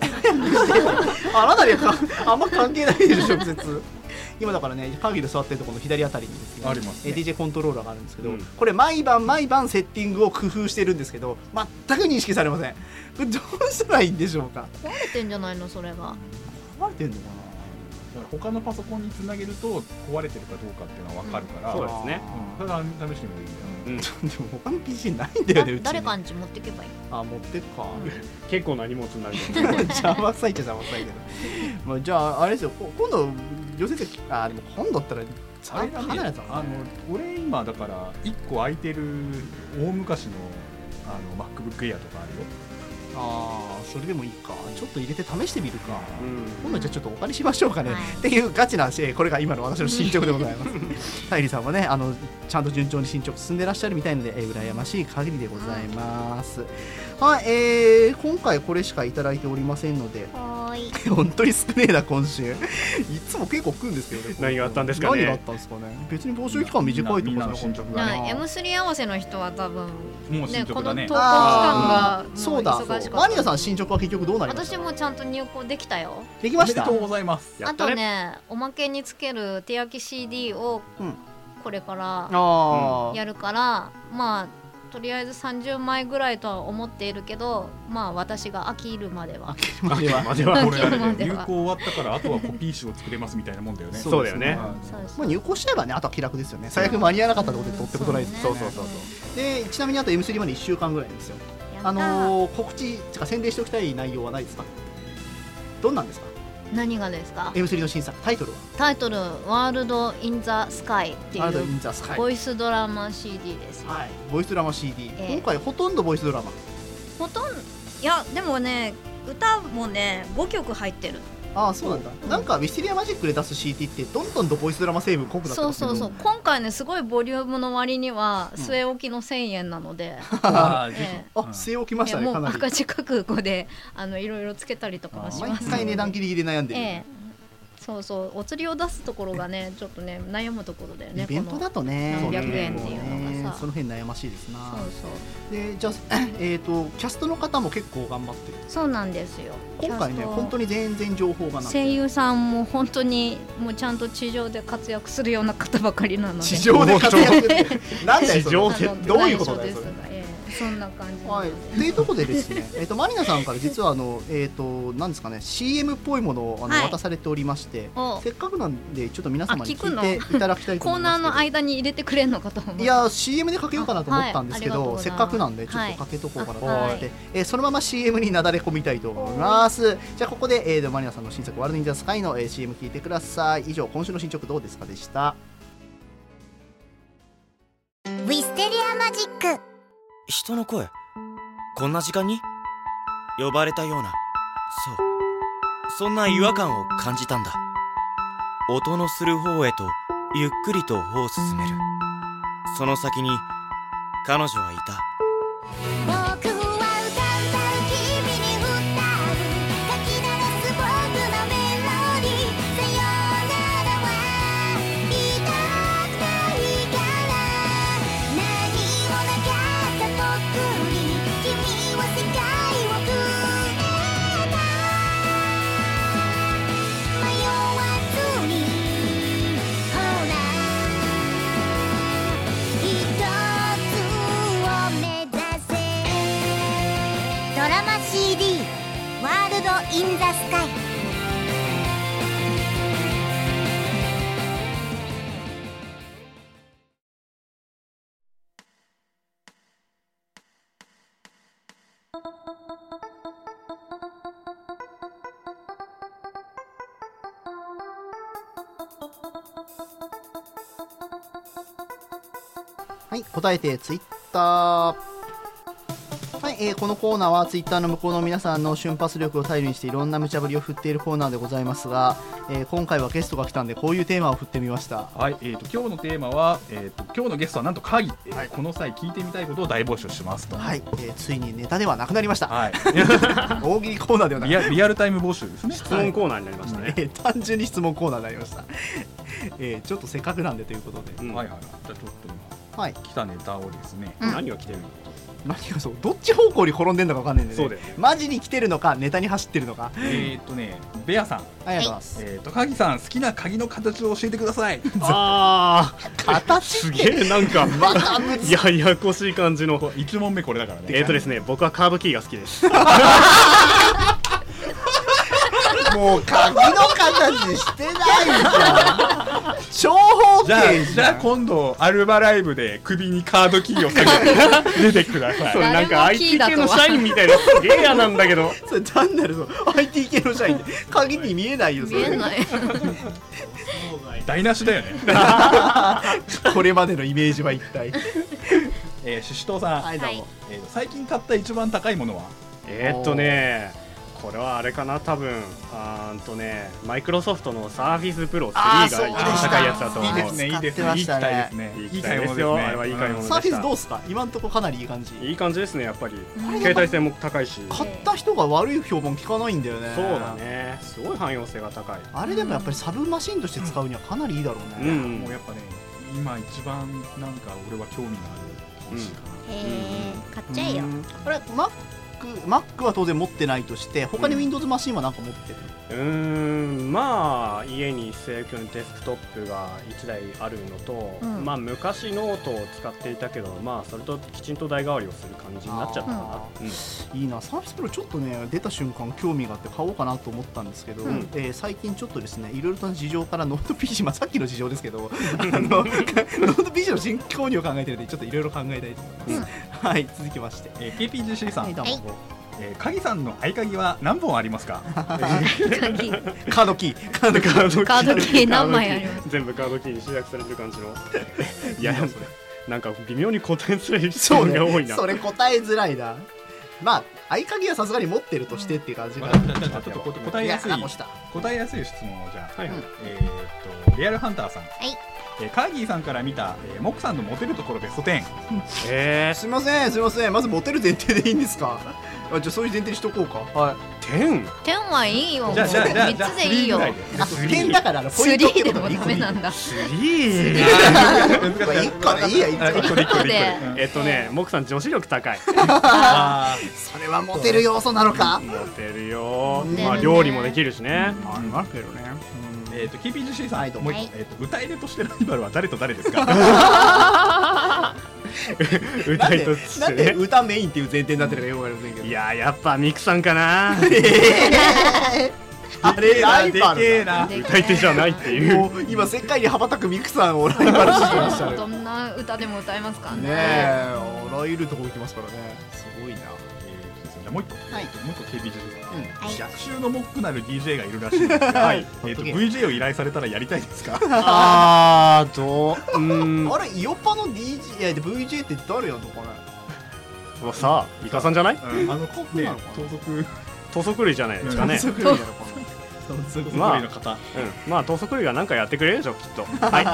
[SPEAKER 1] あなたにはかあんま関係ないでしょ直接今だからね会議で座ってるところの左あたりにですね
[SPEAKER 3] ありますね
[SPEAKER 1] え DJ コントローラーがあるんですけど、
[SPEAKER 4] うん
[SPEAKER 1] これ毎晩毎晩セッティングを工夫してるんですけど全く認識されませんこれどうしたらいいんでしょうか
[SPEAKER 2] 慣れてんじゃないのそれが
[SPEAKER 1] 壊れてんのか
[SPEAKER 3] 他のパソコンにつなげると壊れてるかどうかっていうのは分かるから、
[SPEAKER 1] な
[SPEAKER 4] そうですね
[SPEAKER 3] ただ試してみる
[SPEAKER 4] う
[SPEAKER 3] み
[SPEAKER 4] ん、
[SPEAKER 1] うん でも他の PC ないんだよねうちね
[SPEAKER 2] 誰かんち持ってけばいい
[SPEAKER 1] あ持ってっか
[SPEAKER 4] 結構な荷物になると思う
[SPEAKER 1] 邪魔くさいっちゃ邪魔くさいけど、まあ、じゃああれですよこ今度寄せてあでも今度ったら
[SPEAKER 3] たいな
[SPEAKER 1] あ
[SPEAKER 3] あれ
[SPEAKER 1] 離
[SPEAKER 3] だ
[SPEAKER 1] れ
[SPEAKER 3] ね
[SPEAKER 1] た
[SPEAKER 3] あの俺今だから1個空いてる大昔のあの MacBookAir とかあるよ
[SPEAKER 1] あーそれでもいいかちょっと入れて試してみるか、
[SPEAKER 4] うん
[SPEAKER 1] 今度じゃあちょっとお借りしましょうかね、
[SPEAKER 2] はい
[SPEAKER 1] っていうガチな話これが今の私の進捗でございます タイリーさんもねあのちゃんと順調に進捗進んでらっしゃるみたいので、えー、羨ましい限りでございますはい、えー今回これしかいただいておりませんので
[SPEAKER 5] はーい
[SPEAKER 1] 本当に少ねえな今週いつも結構来るんですけどね
[SPEAKER 4] 何があったんですかね
[SPEAKER 1] 何があったんですかね別に募集期間短いとかじ
[SPEAKER 3] み
[SPEAKER 1] ゃ
[SPEAKER 3] んな
[SPEAKER 1] なか
[SPEAKER 3] みんな
[SPEAKER 1] った
[SPEAKER 3] の進捗がね
[SPEAKER 2] はい M3 合わせの人は多分
[SPEAKER 3] もう進
[SPEAKER 2] ねこの投
[SPEAKER 3] 捗だ
[SPEAKER 2] 稿
[SPEAKER 3] ね
[SPEAKER 2] 期間がもう
[SPEAKER 1] そうだ
[SPEAKER 2] 忙しか
[SPEAKER 1] マ
[SPEAKER 2] っ
[SPEAKER 1] リ
[SPEAKER 2] た
[SPEAKER 1] ナさん進捗は結局どうなりまし
[SPEAKER 2] 私
[SPEAKER 1] た
[SPEAKER 2] もちゃんと入稿できたよ
[SPEAKER 1] でき
[SPEAKER 3] お
[SPEAKER 1] ま
[SPEAKER 3] め
[SPEAKER 1] し
[SPEAKER 3] で
[SPEAKER 1] た
[SPEAKER 3] とうございます
[SPEAKER 4] や
[SPEAKER 2] あ
[SPEAKER 4] った
[SPEAKER 2] と
[SPEAKER 4] ね
[SPEAKER 2] ねおまけにつける手焼き CD を
[SPEAKER 1] うん
[SPEAKER 2] これから
[SPEAKER 1] あー
[SPEAKER 2] やるから、まあとりあえず30枚ぐらいとは思っているけどまあ私が飽きるまでは
[SPEAKER 1] までは
[SPEAKER 4] までは
[SPEAKER 3] これあれだよ
[SPEAKER 2] 今 で
[SPEAKER 3] 流
[SPEAKER 2] は
[SPEAKER 3] 行終わったからあとはコピー集を作れますみたいなもんだよね
[SPEAKER 4] そうだよね
[SPEAKER 2] そうです
[SPEAKER 1] まあ入稿しちゃえばねあとは気楽ですよね最悪間に合わなかったってことで取ってことないです
[SPEAKER 2] そう
[SPEAKER 1] ね
[SPEAKER 2] ね
[SPEAKER 1] でちなみにあと M3 まで1週間ぐらいですよ
[SPEAKER 2] やったー
[SPEAKER 1] あのー告知てか宣伝しておきたい内容はないですかどんなんですか
[SPEAKER 2] 何がですか
[SPEAKER 1] M3 の審査タイトルは
[SPEAKER 2] タイトル「ワールド・イン・ザ・スカイ」ってい
[SPEAKER 1] アルド・イ
[SPEAKER 2] う
[SPEAKER 1] ン・ザ・スカイ
[SPEAKER 2] ボイスドラマ CD です
[SPEAKER 1] はい、ボイスドラマ CD、
[SPEAKER 2] ええ
[SPEAKER 1] 今回ほとんどボイスドラマ
[SPEAKER 2] ほとんどいやでもね歌もね5曲入ってる
[SPEAKER 1] ああそうなんだ、なんかミステリアマジックで出す CD ってどんどんとボイスドラマ成分濃くなって
[SPEAKER 2] そ
[SPEAKER 1] ま
[SPEAKER 2] う
[SPEAKER 1] すけ
[SPEAKER 2] そ
[SPEAKER 1] ど
[SPEAKER 2] うそう今回ねすごいボリュームの割には据え置きの1000円な ので、
[SPEAKER 3] あーぜ
[SPEAKER 2] え
[SPEAKER 1] あ据え置きま
[SPEAKER 2] えい
[SPEAKER 1] し
[SPEAKER 2] や
[SPEAKER 1] たね
[SPEAKER 2] もう
[SPEAKER 1] かなり
[SPEAKER 2] 赤字覚悟であのいろいろつけたりとかもし
[SPEAKER 1] 毎
[SPEAKER 2] ます
[SPEAKER 1] 回値段ギリギリ悩んでる、
[SPEAKER 2] ええそうそうお釣りを出すところがねちょっとね悩むところだよね
[SPEAKER 1] イベントだとね
[SPEAKER 2] この
[SPEAKER 4] 何百円って
[SPEAKER 2] いうのがさ
[SPEAKER 1] その辺悩ましいです
[SPEAKER 2] こ
[SPEAKER 1] な
[SPEAKER 2] のそうそう
[SPEAKER 1] でじゃあ、えー、とキャストの方も結構頑張ってる
[SPEAKER 2] そうなんですよ
[SPEAKER 1] 今回ね本当
[SPEAKER 2] に
[SPEAKER 1] に全然情報がなく
[SPEAKER 2] 声
[SPEAKER 1] て
[SPEAKER 2] 優さんも本当にもうちゃんと地上で活躍するような方ばかりなので
[SPEAKER 1] 地上で活躍ってなんだよそれ
[SPEAKER 4] 地上
[SPEAKER 2] あの
[SPEAKER 1] でどういうことだ
[SPEAKER 2] 内
[SPEAKER 1] よ
[SPEAKER 2] 緒
[SPEAKER 1] それ
[SPEAKER 2] ですがええそんな感じなの
[SPEAKER 1] はい、
[SPEAKER 2] で
[SPEAKER 1] っていうところでです ね、えっとマリナさんから実はあのえっ、となんですかね、CM っぽいものをあの、
[SPEAKER 2] はい
[SPEAKER 1] 渡されておりまして、
[SPEAKER 2] お
[SPEAKER 1] せっかくなんでちょっと皆様に
[SPEAKER 2] あ聞くの
[SPEAKER 1] 聞いていただきたいと
[SPEAKER 2] コー
[SPEAKER 1] 思い
[SPEAKER 2] ナ
[SPEAKER 1] ま
[SPEAKER 2] ー
[SPEAKER 1] すけど。
[SPEAKER 2] の間に入れてくれんのかと思う
[SPEAKER 1] いや CM でかけようかなと思ったんですけ
[SPEAKER 2] あはいありがと
[SPEAKER 1] ど、
[SPEAKER 2] うござ
[SPEAKER 1] せ
[SPEAKER 2] い
[SPEAKER 1] っ
[SPEAKER 2] ます
[SPEAKER 1] かくなんでちょっとかけとこうかなと思って、
[SPEAKER 2] はい
[SPEAKER 1] えーそのまま CM になだれ込みたいと思いますじゃあここで、えー、ではマリナさんの新作「ワールド・イン・ザ・スカイの」えー CM 聞いてください以上今週の進捗どうですかでした
[SPEAKER 5] ウィステリアマジック
[SPEAKER 9] 人の声こんな時間に呼ばれたようなそうそんな違和感を感じたんだ音のする方へとゆっくりと歩を進めるその先に彼女はいた
[SPEAKER 5] 僕は歌うたう君に歌うかき鳴らす僕のメロディーさよならは痛くないから何もなかった僕に君は世界をくれた迷わずにほら一つを目指せドラマ CD「ワールド・イン・ザ・スカイ」
[SPEAKER 1] はい答えてツイッターはい、えーこのコーナーはツイッターの向こうの皆さんの瞬発力を頼りにしていろんな無茶ぶりを振っているコーナーでございますが、えー今回はゲストが来たんでこういうテーマを振ってみました
[SPEAKER 3] はい、えー、と今日のテーマは、えー、と今日のゲストはなんと会議、えーこの際聞いてみたいことを大募集しますと、
[SPEAKER 1] はい、えーついにネタではなくなりま した
[SPEAKER 3] はい、
[SPEAKER 1] 大喜利コーナーではなく
[SPEAKER 3] リアリアルタイム募集ですね
[SPEAKER 4] 質問コーナーになりましたね、
[SPEAKER 1] えー単純 に質問コーナーになりました、えーちょっとせっかくなんでということで、
[SPEAKER 4] うん
[SPEAKER 3] はいはいはいじゃあちょっと今
[SPEAKER 1] はい
[SPEAKER 3] 来たネタをですね、
[SPEAKER 2] うん
[SPEAKER 4] 何が来てるの
[SPEAKER 1] 何がそうどっち方向に転んでんのか分かんないんで、ね、
[SPEAKER 4] そうだよね
[SPEAKER 1] マジに来てるのかネタに走ってるのか
[SPEAKER 3] えーっとねベアさん、
[SPEAKER 1] ありがとうございます、
[SPEAKER 3] えー、と鍵さん好きな鍵の形を教えてくださ い
[SPEAKER 4] ああ
[SPEAKER 1] 形
[SPEAKER 4] す
[SPEAKER 1] って
[SPEAKER 4] げえな んか
[SPEAKER 1] また難しい
[SPEAKER 4] ややこしい感じの
[SPEAKER 3] 一問目これだからね
[SPEAKER 4] えーと ですね僕はカードキーが好き です
[SPEAKER 1] もう鍵の形してない じゃん長方
[SPEAKER 3] じゃあ
[SPEAKER 1] 形
[SPEAKER 3] じゃあ今度アルバライブで首にカードキーを下げて 出てください
[SPEAKER 4] それなんか
[SPEAKER 2] 誰もキー
[SPEAKER 4] IT
[SPEAKER 2] だ
[SPEAKER 4] 系
[SPEAKER 2] とは
[SPEAKER 4] の社員みたいなすげえ嫌なんだけど
[SPEAKER 1] それ単なるぞ IT 系の社員で鍵に見えないよそ
[SPEAKER 2] 見え
[SPEAKER 1] れ
[SPEAKER 2] ない
[SPEAKER 3] 台無しだよね、
[SPEAKER 1] これまでのイメージは一体
[SPEAKER 3] えー、シシトウさん、
[SPEAKER 1] はいどうも
[SPEAKER 3] えーと最近買った一番高いものは
[SPEAKER 4] えーっとねこれはあれかな多分あーんとねマイクロソフトのサーフィスプロ3が
[SPEAKER 1] あー
[SPEAKER 4] 一
[SPEAKER 1] そうでした
[SPEAKER 4] 番高いやつだと思
[SPEAKER 1] いいです
[SPEAKER 4] う
[SPEAKER 1] ね
[SPEAKER 3] いいで
[SPEAKER 1] 使っ
[SPEAKER 3] す
[SPEAKER 1] て
[SPEAKER 3] ね
[SPEAKER 1] ま
[SPEAKER 3] い
[SPEAKER 1] し
[SPEAKER 3] い機
[SPEAKER 1] たね
[SPEAKER 3] 会ですね
[SPEAKER 4] いい機会ですよあれはいい買い物
[SPEAKER 3] うん
[SPEAKER 1] サーフィスどうっすか今んとこかなりいい感じ
[SPEAKER 4] いい感じですねやっぱり
[SPEAKER 2] ん
[SPEAKER 4] 携帯性も高いし
[SPEAKER 1] 買った人が悪い評判聞かないんだよね
[SPEAKER 4] そうだねすごい汎用性が高い
[SPEAKER 1] あれでもやっぱりサブマシンとして使うにはかなりいいだろう
[SPEAKER 4] う
[SPEAKER 1] ね、
[SPEAKER 4] ん
[SPEAKER 3] もうやっぱね今一番なんか俺は興味がある機種かな、
[SPEAKER 5] へえ買っちゃえよ
[SPEAKER 1] あれ Mac, Mac は当然持ってないとして他に
[SPEAKER 4] うん
[SPEAKER 1] Windows マシンは何か持ってる、
[SPEAKER 4] うーんまあ家に正規のデスクトップが1台あるのと、
[SPEAKER 2] うん
[SPEAKER 4] まあ昔ノートを使っていたけどまあそれときちんと代替わりをする感じになっちゃったかな
[SPEAKER 1] あ、いいなサーフィスプロちょっとね出た瞬間興味があって買おうかなと思ったんですけど、
[SPEAKER 4] うん
[SPEAKER 1] えー最近ちょっとですねいろいろと事情からノート PC まあさっきの事情ですけどあの ノート PC の新購入を考えてるんでちょっといろいろ考えたいと思います、はい続きまして
[SPEAKER 3] えー、PPGC さん、
[SPEAKER 1] はいどうも
[SPEAKER 3] えー、鍵さんの合鍵は何本ありますか
[SPEAKER 2] 鍵
[SPEAKER 1] カードキーカードキー
[SPEAKER 2] カードキー何枚ありま
[SPEAKER 4] 全部カードキーに集約されてる感じのいやなんか微妙に古典するエピソ
[SPEAKER 1] そう
[SPEAKER 4] ー
[SPEAKER 1] ね
[SPEAKER 4] ドが多いな
[SPEAKER 1] それ答えづらいなまあ合鍵はさすがに持ってるとしてっていう感じ
[SPEAKER 3] ま
[SPEAKER 1] が、
[SPEAKER 3] あじゃあじゃあじゃあちょっと答えやすい
[SPEAKER 1] や残した
[SPEAKER 3] 答えやすい質問をじゃあ、
[SPEAKER 4] はいはい
[SPEAKER 3] えー、っとリアルハンターさん、
[SPEAKER 5] い
[SPEAKER 3] えー、カーギーさんから見た、えー、モクさんのモテるところベスト10
[SPEAKER 4] え
[SPEAKER 1] すいませんすいませんまずモテる前提でいいんですか あじゃあそういう前提にしとこうかはい
[SPEAKER 4] ー、
[SPEAKER 2] 天はいいよ
[SPEAKER 3] じゃあじゃあじゃあ
[SPEAKER 2] 三つでいいよ
[SPEAKER 3] じゃあスリー
[SPEAKER 1] あ点
[SPEAKER 3] ぐらいで
[SPEAKER 1] だからあのポイントって
[SPEAKER 2] 3
[SPEAKER 1] こ
[SPEAKER 2] で
[SPEAKER 1] と
[SPEAKER 2] も
[SPEAKER 1] ね
[SPEAKER 2] ダメなんだ
[SPEAKER 4] 10 3
[SPEAKER 1] まあ一個でいいや一個で
[SPEAKER 2] 一個で
[SPEAKER 4] えっとねモクさん女子力高い
[SPEAKER 3] あー
[SPEAKER 1] それはモテる要素なのか
[SPEAKER 4] モテるよ
[SPEAKER 1] モテるね
[SPEAKER 4] まあ料理もできるしね
[SPEAKER 1] ありますけどね
[SPEAKER 3] えー、と KPGC さん、
[SPEAKER 1] はいどう
[SPEAKER 3] も
[SPEAKER 1] も
[SPEAKER 3] う一個、えー、と歌い手としてライバルは誰と誰ですか
[SPEAKER 1] なん
[SPEAKER 4] 歌い
[SPEAKER 1] で
[SPEAKER 4] とし
[SPEAKER 1] な
[SPEAKER 4] て
[SPEAKER 1] んで
[SPEAKER 4] ね
[SPEAKER 1] 歌メインっていう前提になってるかよくわかりませんけど
[SPEAKER 4] いややっぱミクさんか な
[SPEAKER 1] あれライバ
[SPEAKER 3] でけえ
[SPEAKER 1] ルだ
[SPEAKER 3] な
[SPEAKER 4] 歌い手じゃないっていう
[SPEAKER 1] も う今世界に羽ばたくミクさんをライバル視してましたね
[SPEAKER 2] どんな歌でも歌えますから
[SPEAKER 1] ねえ
[SPEAKER 2] ね
[SPEAKER 1] あらゆるとこ行きますからねすごいな
[SPEAKER 3] じゃあもう一個、
[SPEAKER 1] はい
[SPEAKER 3] もう一個 KPGC さ
[SPEAKER 1] う
[SPEAKER 3] ん、
[SPEAKER 1] ん
[SPEAKER 5] はい
[SPEAKER 3] 逆襲のモックなる DJ がいるらしいんですが、はいえー、と
[SPEAKER 1] ほっとけ
[SPEAKER 3] VJ を依頼されたらやりたいですか
[SPEAKER 4] あーどううん
[SPEAKER 1] あれイオパの DJ いや VJ って誰やんのかね
[SPEAKER 4] さ あイカさんじゃない
[SPEAKER 3] うんあのコッペ盗賊
[SPEAKER 4] 塗足類じゃないですかね
[SPEAKER 1] そくらいなのか
[SPEAKER 3] 盗賊
[SPEAKER 4] まあ
[SPEAKER 3] 類の方、
[SPEAKER 4] うんまあ塗足類がなんかやってくれるでしょきっ とはい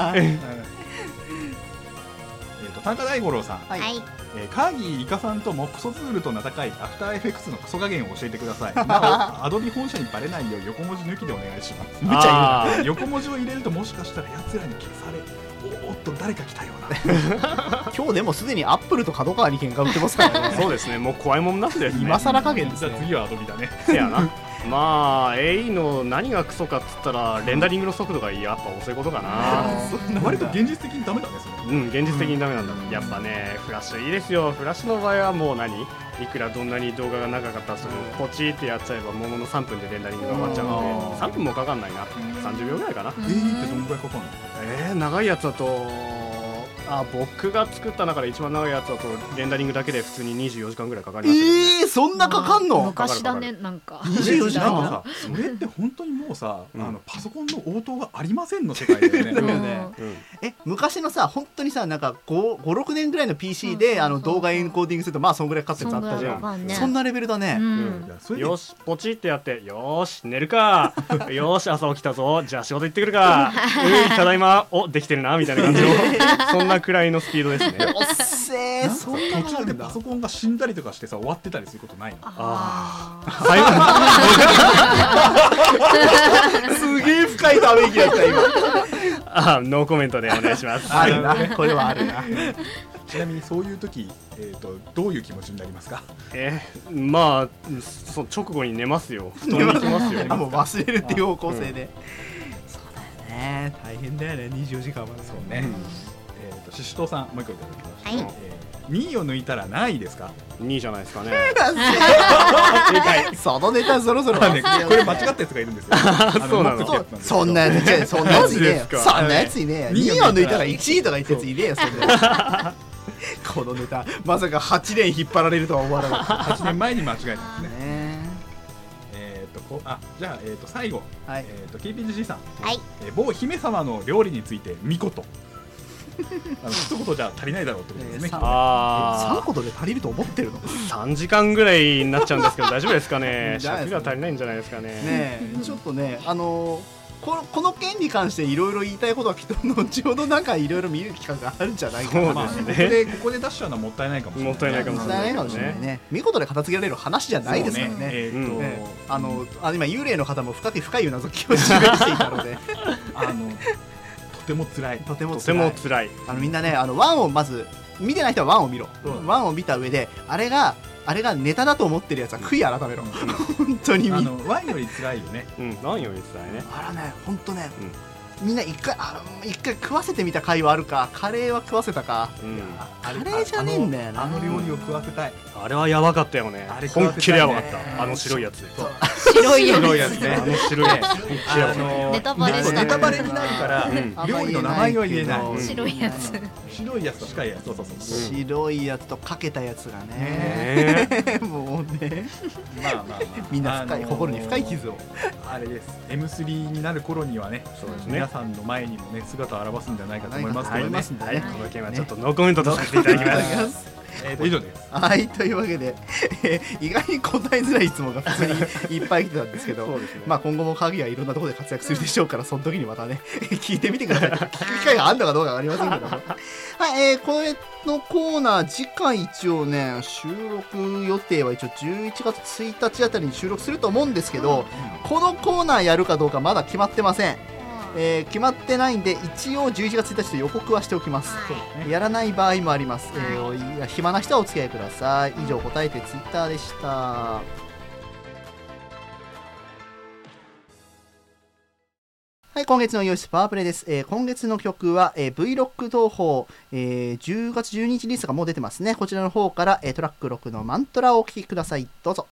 [SPEAKER 3] えー、と田中大五郎さん、
[SPEAKER 1] な
[SPEAKER 5] はい
[SPEAKER 3] えー、カーギーイカさんともクソツールと名高いアフターエフェクスのクソ加減を教えてくださいなおアドビ本社にバレないよう横文字抜きでお願いします
[SPEAKER 4] 無茶言うな
[SPEAKER 3] あー横文字を入れるともしかしたら奴らに消されおおっと誰か来たような
[SPEAKER 1] 今日でもすでにアップルと角川に喧嘩売ってますからね
[SPEAKER 4] そうですねもう怖いもんなしですね
[SPEAKER 1] 今更加減で
[SPEAKER 3] じ
[SPEAKER 1] す
[SPEAKER 3] ゃあ
[SPEAKER 1] ね
[SPEAKER 3] 次はアドビだね
[SPEAKER 4] せやなまあ AE の何がクソかっつったらレンダリングの速度がやっぱ遅いことか な
[SPEAKER 3] 割と現実的にダメだねそれ
[SPEAKER 4] うん現実的にダメなんだ、やっぱねフラッシュいいですよフラッシュの場合はもう何いくらどんなに動画が長かったとしてもポチってやっちゃえばものの3分でレンダリングが終わっちゃうの
[SPEAKER 1] うん
[SPEAKER 4] で3分もかかんないな30秒ぐらいかな
[SPEAKER 2] う
[SPEAKER 3] AE ってど
[SPEAKER 2] ん
[SPEAKER 3] のぐらいかかるの
[SPEAKER 4] えー、長いやつだとあ僕が作った中で一番長いやつだとレンダリングだけで普通に24時間ぐらいかかりましたけどね
[SPEAKER 1] えー、そんなかかんの
[SPEAKER 2] 昔だねなんか
[SPEAKER 1] 24時
[SPEAKER 3] なん
[SPEAKER 1] 間
[SPEAKER 3] かさそれって本当にもうさ、あのパソコンの応答がありませんの世界だよね
[SPEAKER 1] だよねえ昔のさ本当にさなんか56年ぐらいの PC で、
[SPEAKER 2] うん
[SPEAKER 1] あの動画エンコーディングするとまあそんぐらいかかって
[SPEAKER 2] そ
[SPEAKER 1] た
[SPEAKER 2] ん
[SPEAKER 1] あっ
[SPEAKER 2] ぐ
[SPEAKER 1] た
[SPEAKER 2] らい
[SPEAKER 1] じゃん
[SPEAKER 2] のファンね
[SPEAKER 1] そんなレベルだね、
[SPEAKER 2] うん
[SPEAKER 3] いやそれで
[SPEAKER 4] よしポチってやってよーし寝 るかよーし朝起きたぞじゃあ仕事行ってくるかうんただいまおできてるなみたい な感じのそんなくらいのスピードですね
[SPEAKER 1] おっせー
[SPEAKER 3] なんか
[SPEAKER 1] そんなのあ
[SPEAKER 3] 途中
[SPEAKER 1] る
[SPEAKER 3] で
[SPEAKER 1] んだ
[SPEAKER 3] パソコンが死んだりとかしてさ終わってたりすることないの
[SPEAKER 2] あー
[SPEAKER 4] 最後
[SPEAKER 1] すげえ深いため息だった今
[SPEAKER 4] ああノーコメントでお願いします
[SPEAKER 1] あるなこれはあるな
[SPEAKER 3] ちなみにそういう時、えー、とどういう気持ちになりますか
[SPEAKER 4] えーまあそ直後に寝ますよ布団に行きますよ
[SPEAKER 1] あもう忘れるっていう方向性で、そうだよね大変だよね24時間はそう
[SPEAKER 3] ね、えー、とシシトウさんもう一個いただきました、
[SPEAKER 5] はい
[SPEAKER 3] えー、2位を抜いたら何位ですか
[SPEAKER 4] 2位じゃないですかね
[SPEAKER 1] そのネタそろそろ
[SPEAKER 3] あ
[SPEAKER 1] 忘
[SPEAKER 3] の
[SPEAKER 1] れ
[SPEAKER 3] ね
[SPEAKER 1] よう
[SPEAKER 3] これ間違ったやつがいるんですよあ
[SPEAKER 4] そうなの
[SPEAKER 3] もっと来たやつなんですよ
[SPEAKER 1] そんなやつ違うそんなやついねえよ
[SPEAKER 4] マジですか
[SPEAKER 1] そんなやついねえよ
[SPEAKER 3] 二位を
[SPEAKER 1] 2
[SPEAKER 3] 抜
[SPEAKER 1] 位を抜
[SPEAKER 3] いたら
[SPEAKER 1] いたら1位とか言ったやついねえよそんなやつこのネタまさか8年引っ張られるとは思わなかっ
[SPEAKER 3] 8年前に間違えたん
[SPEAKER 1] た
[SPEAKER 3] ですね
[SPEAKER 1] ね
[SPEAKER 3] えー、とこあじゃあ、えー、と最後、
[SPEAKER 1] はい
[SPEAKER 3] えー、と KPGC さん、
[SPEAKER 5] はい
[SPEAKER 3] えー某姫様の料理について見事 あの一言じゃ足りないだろうってことです
[SPEAKER 1] え
[SPEAKER 3] ね、
[SPEAKER 1] ーさ3
[SPEAKER 4] あ
[SPEAKER 1] 個とで足りると思ってるのね
[SPEAKER 4] あ3時間ぐらいになっちゃうんですけど大丈夫ですかね
[SPEAKER 1] じゃあ
[SPEAKER 4] 尺が足りないんじゃないですかね
[SPEAKER 1] えちょっとねあのーこのこの件に関していろいろ言いたいことはきっと後ほどなんかいろいろ見る機会があるんじゃないか
[SPEAKER 4] そう
[SPEAKER 1] な
[SPEAKER 4] で
[SPEAKER 3] まあ、
[SPEAKER 4] す
[SPEAKER 3] こ
[SPEAKER 4] ね
[SPEAKER 3] こ でここで出しちゃうのはもったいないかもしれない
[SPEAKER 4] もったいないか
[SPEAKER 1] も
[SPEAKER 4] も
[SPEAKER 1] し
[SPEAKER 4] し
[SPEAKER 1] れ
[SPEAKER 4] れ
[SPEAKER 1] な
[SPEAKER 4] ないい
[SPEAKER 1] かもしれないね見事で片付けられる話じゃないですからね
[SPEAKER 3] そうえーと
[SPEAKER 4] うん
[SPEAKER 1] ええあのあ今幽霊の方も深く深い謎解きを示していたので
[SPEAKER 3] あの とても辛い
[SPEAKER 1] とても
[SPEAKER 4] とて
[SPEAKER 1] 辛い
[SPEAKER 4] も辛い
[SPEAKER 1] あのみんなねあのワンをまず見てない人はワンを見ろ、
[SPEAKER 3] うん
[SPEAKER 1] ワンを見た上であれがあれがネタだと思ってるやつは悔い改めろ、本当にみ
[SPEAKER 3] あ
[SPEAKER 1] あ
[SPEAKER 3] のワインより辛いよ ね
[SPEAKER 4] うん何より辛いね
[SPEAKER 1] あらね本当ね、みんな一回あ一回食わせてみた回はあるかカレーは食わせたか
[SPEAKER 4] うん
[SPEAKER 1] カレーじゃねえんだよな
[SPEAKER 3] あのあの料理を食わせたい
[SPEAKER 4] あれはやばかったよね
[SPEAKER 3] あれ食わ
[SPEAKER 4] 本
[SPEAKER 3] せたいね
[SPEAKER 4] 気でやばかったあの白いやつ
[SPEAKER 2] 白いよ
[SPEAKER 3] 白いやつね
[SPEAKER 4] あの白いやつ本気でやばかっ
[SPEAKER 3] の
[SPEAKER 2] ネタバレ
[SPEAKER 3] そうネタバレになるから、
[SPEAKER 4] うん
[SPEAKER 1] あんま
[SPEAKER 3] 料
[SPEAKER 1] 言
[SPEAKER 3] 理の
[SPEAKER 1] え
[SPEAKER 3] 名
[SPEAKER 1] ないけ
[SPEAKER 3] 前
[SPEAKER 1] ど
[SPEAKER 3] は言えない、
[SPEAKER 4] うん
[SPEAKER 2] 白いやつ
[SPEAKER 3] 白いやつと深いやつそうそうそうそう、
[SPEAKER 1] 白いやつとかけたやつが
[SPEAKER 4] た
[SPEAKER 1] ね
[SPEAKER 4] ね え
[SPEAKER 1] もうね
[SPEAKER 3] まあまあまあ
[SPEAKER 1] みんな深い心に深い傷を
[SPEAKER 3] あれです M3 になる頃にはね
[SPEAKER 4] そうですね
[SPEAKER 3] 皆さんの前にもね姿を現すんじゃないかと思います
[SPEAKER 1] は
[SPEAKER 3] け
[SPEAKER 1] い
[SPEAKER 3] どね、
[SPEAKER 1] ますんでね
[SPEAKER 4] この件はちょっとノーコメントとさせてい
[SPEAKER 1] い
[SPEAKER 4] ただきます
[SPEAKER 1] ます
[SPEAKER 3] えーと以上です
[SPEAKER 1] はいというわけで、えー意外に答えづらい質問が普通にいっぱい来てたんですけどまあ、今後も鍵はいろんなところで活躍するでしょうからその時にまたね聞いてみてください聞く機会があるのかどうか分かりませんけどもはい、えーこれのコーナー次回一応ね収録予定は一応11月1日あたりに収録すると思うんですけど、このコーナーやるかどうかまだ決まってません、えー決まってないんで一応11月1日と予告はしておきます、やらない場合もあります、えーおいや暇な人はお付き合いください以上答えてツイッターでしたはい、今月のイオシスパワープレイです。えー今月の曲は、えー Vlog 東宝、えー10月12日リリースがもう出てますね。こちらの方から、えートラック6のマントラをお聴きください。どうぞ。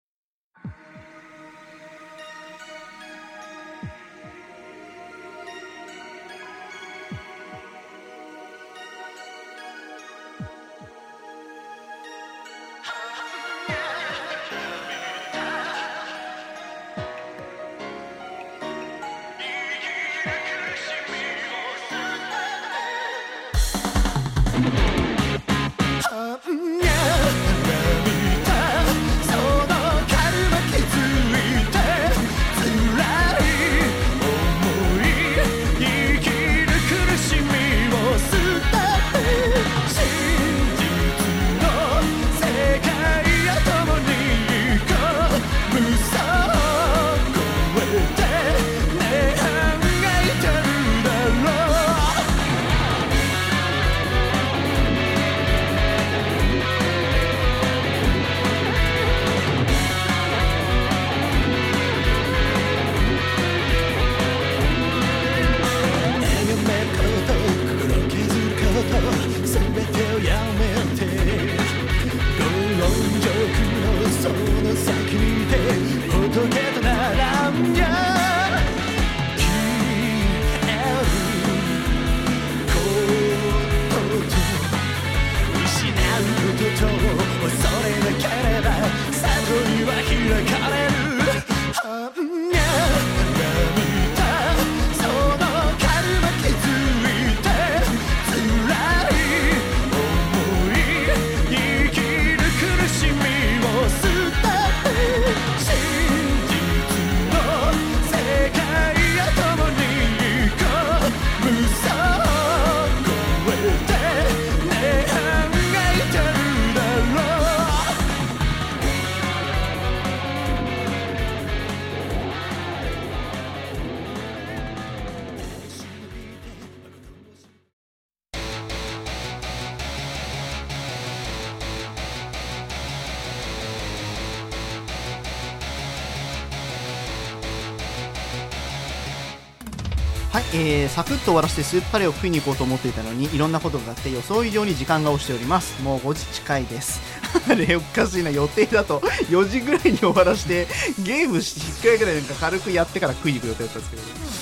[SPEAKER 1] はい、えー、サクッと終わらせてスープカレーを食いに行こうと思っていたのにいろんなことがあって予想以上に時間が押しておりますもう5時近いです あれおかしいな予定だと4時ぐらいに終わらせてゲーム1回ぐらいなんか軽くやってから食いに行く予定だったんですけ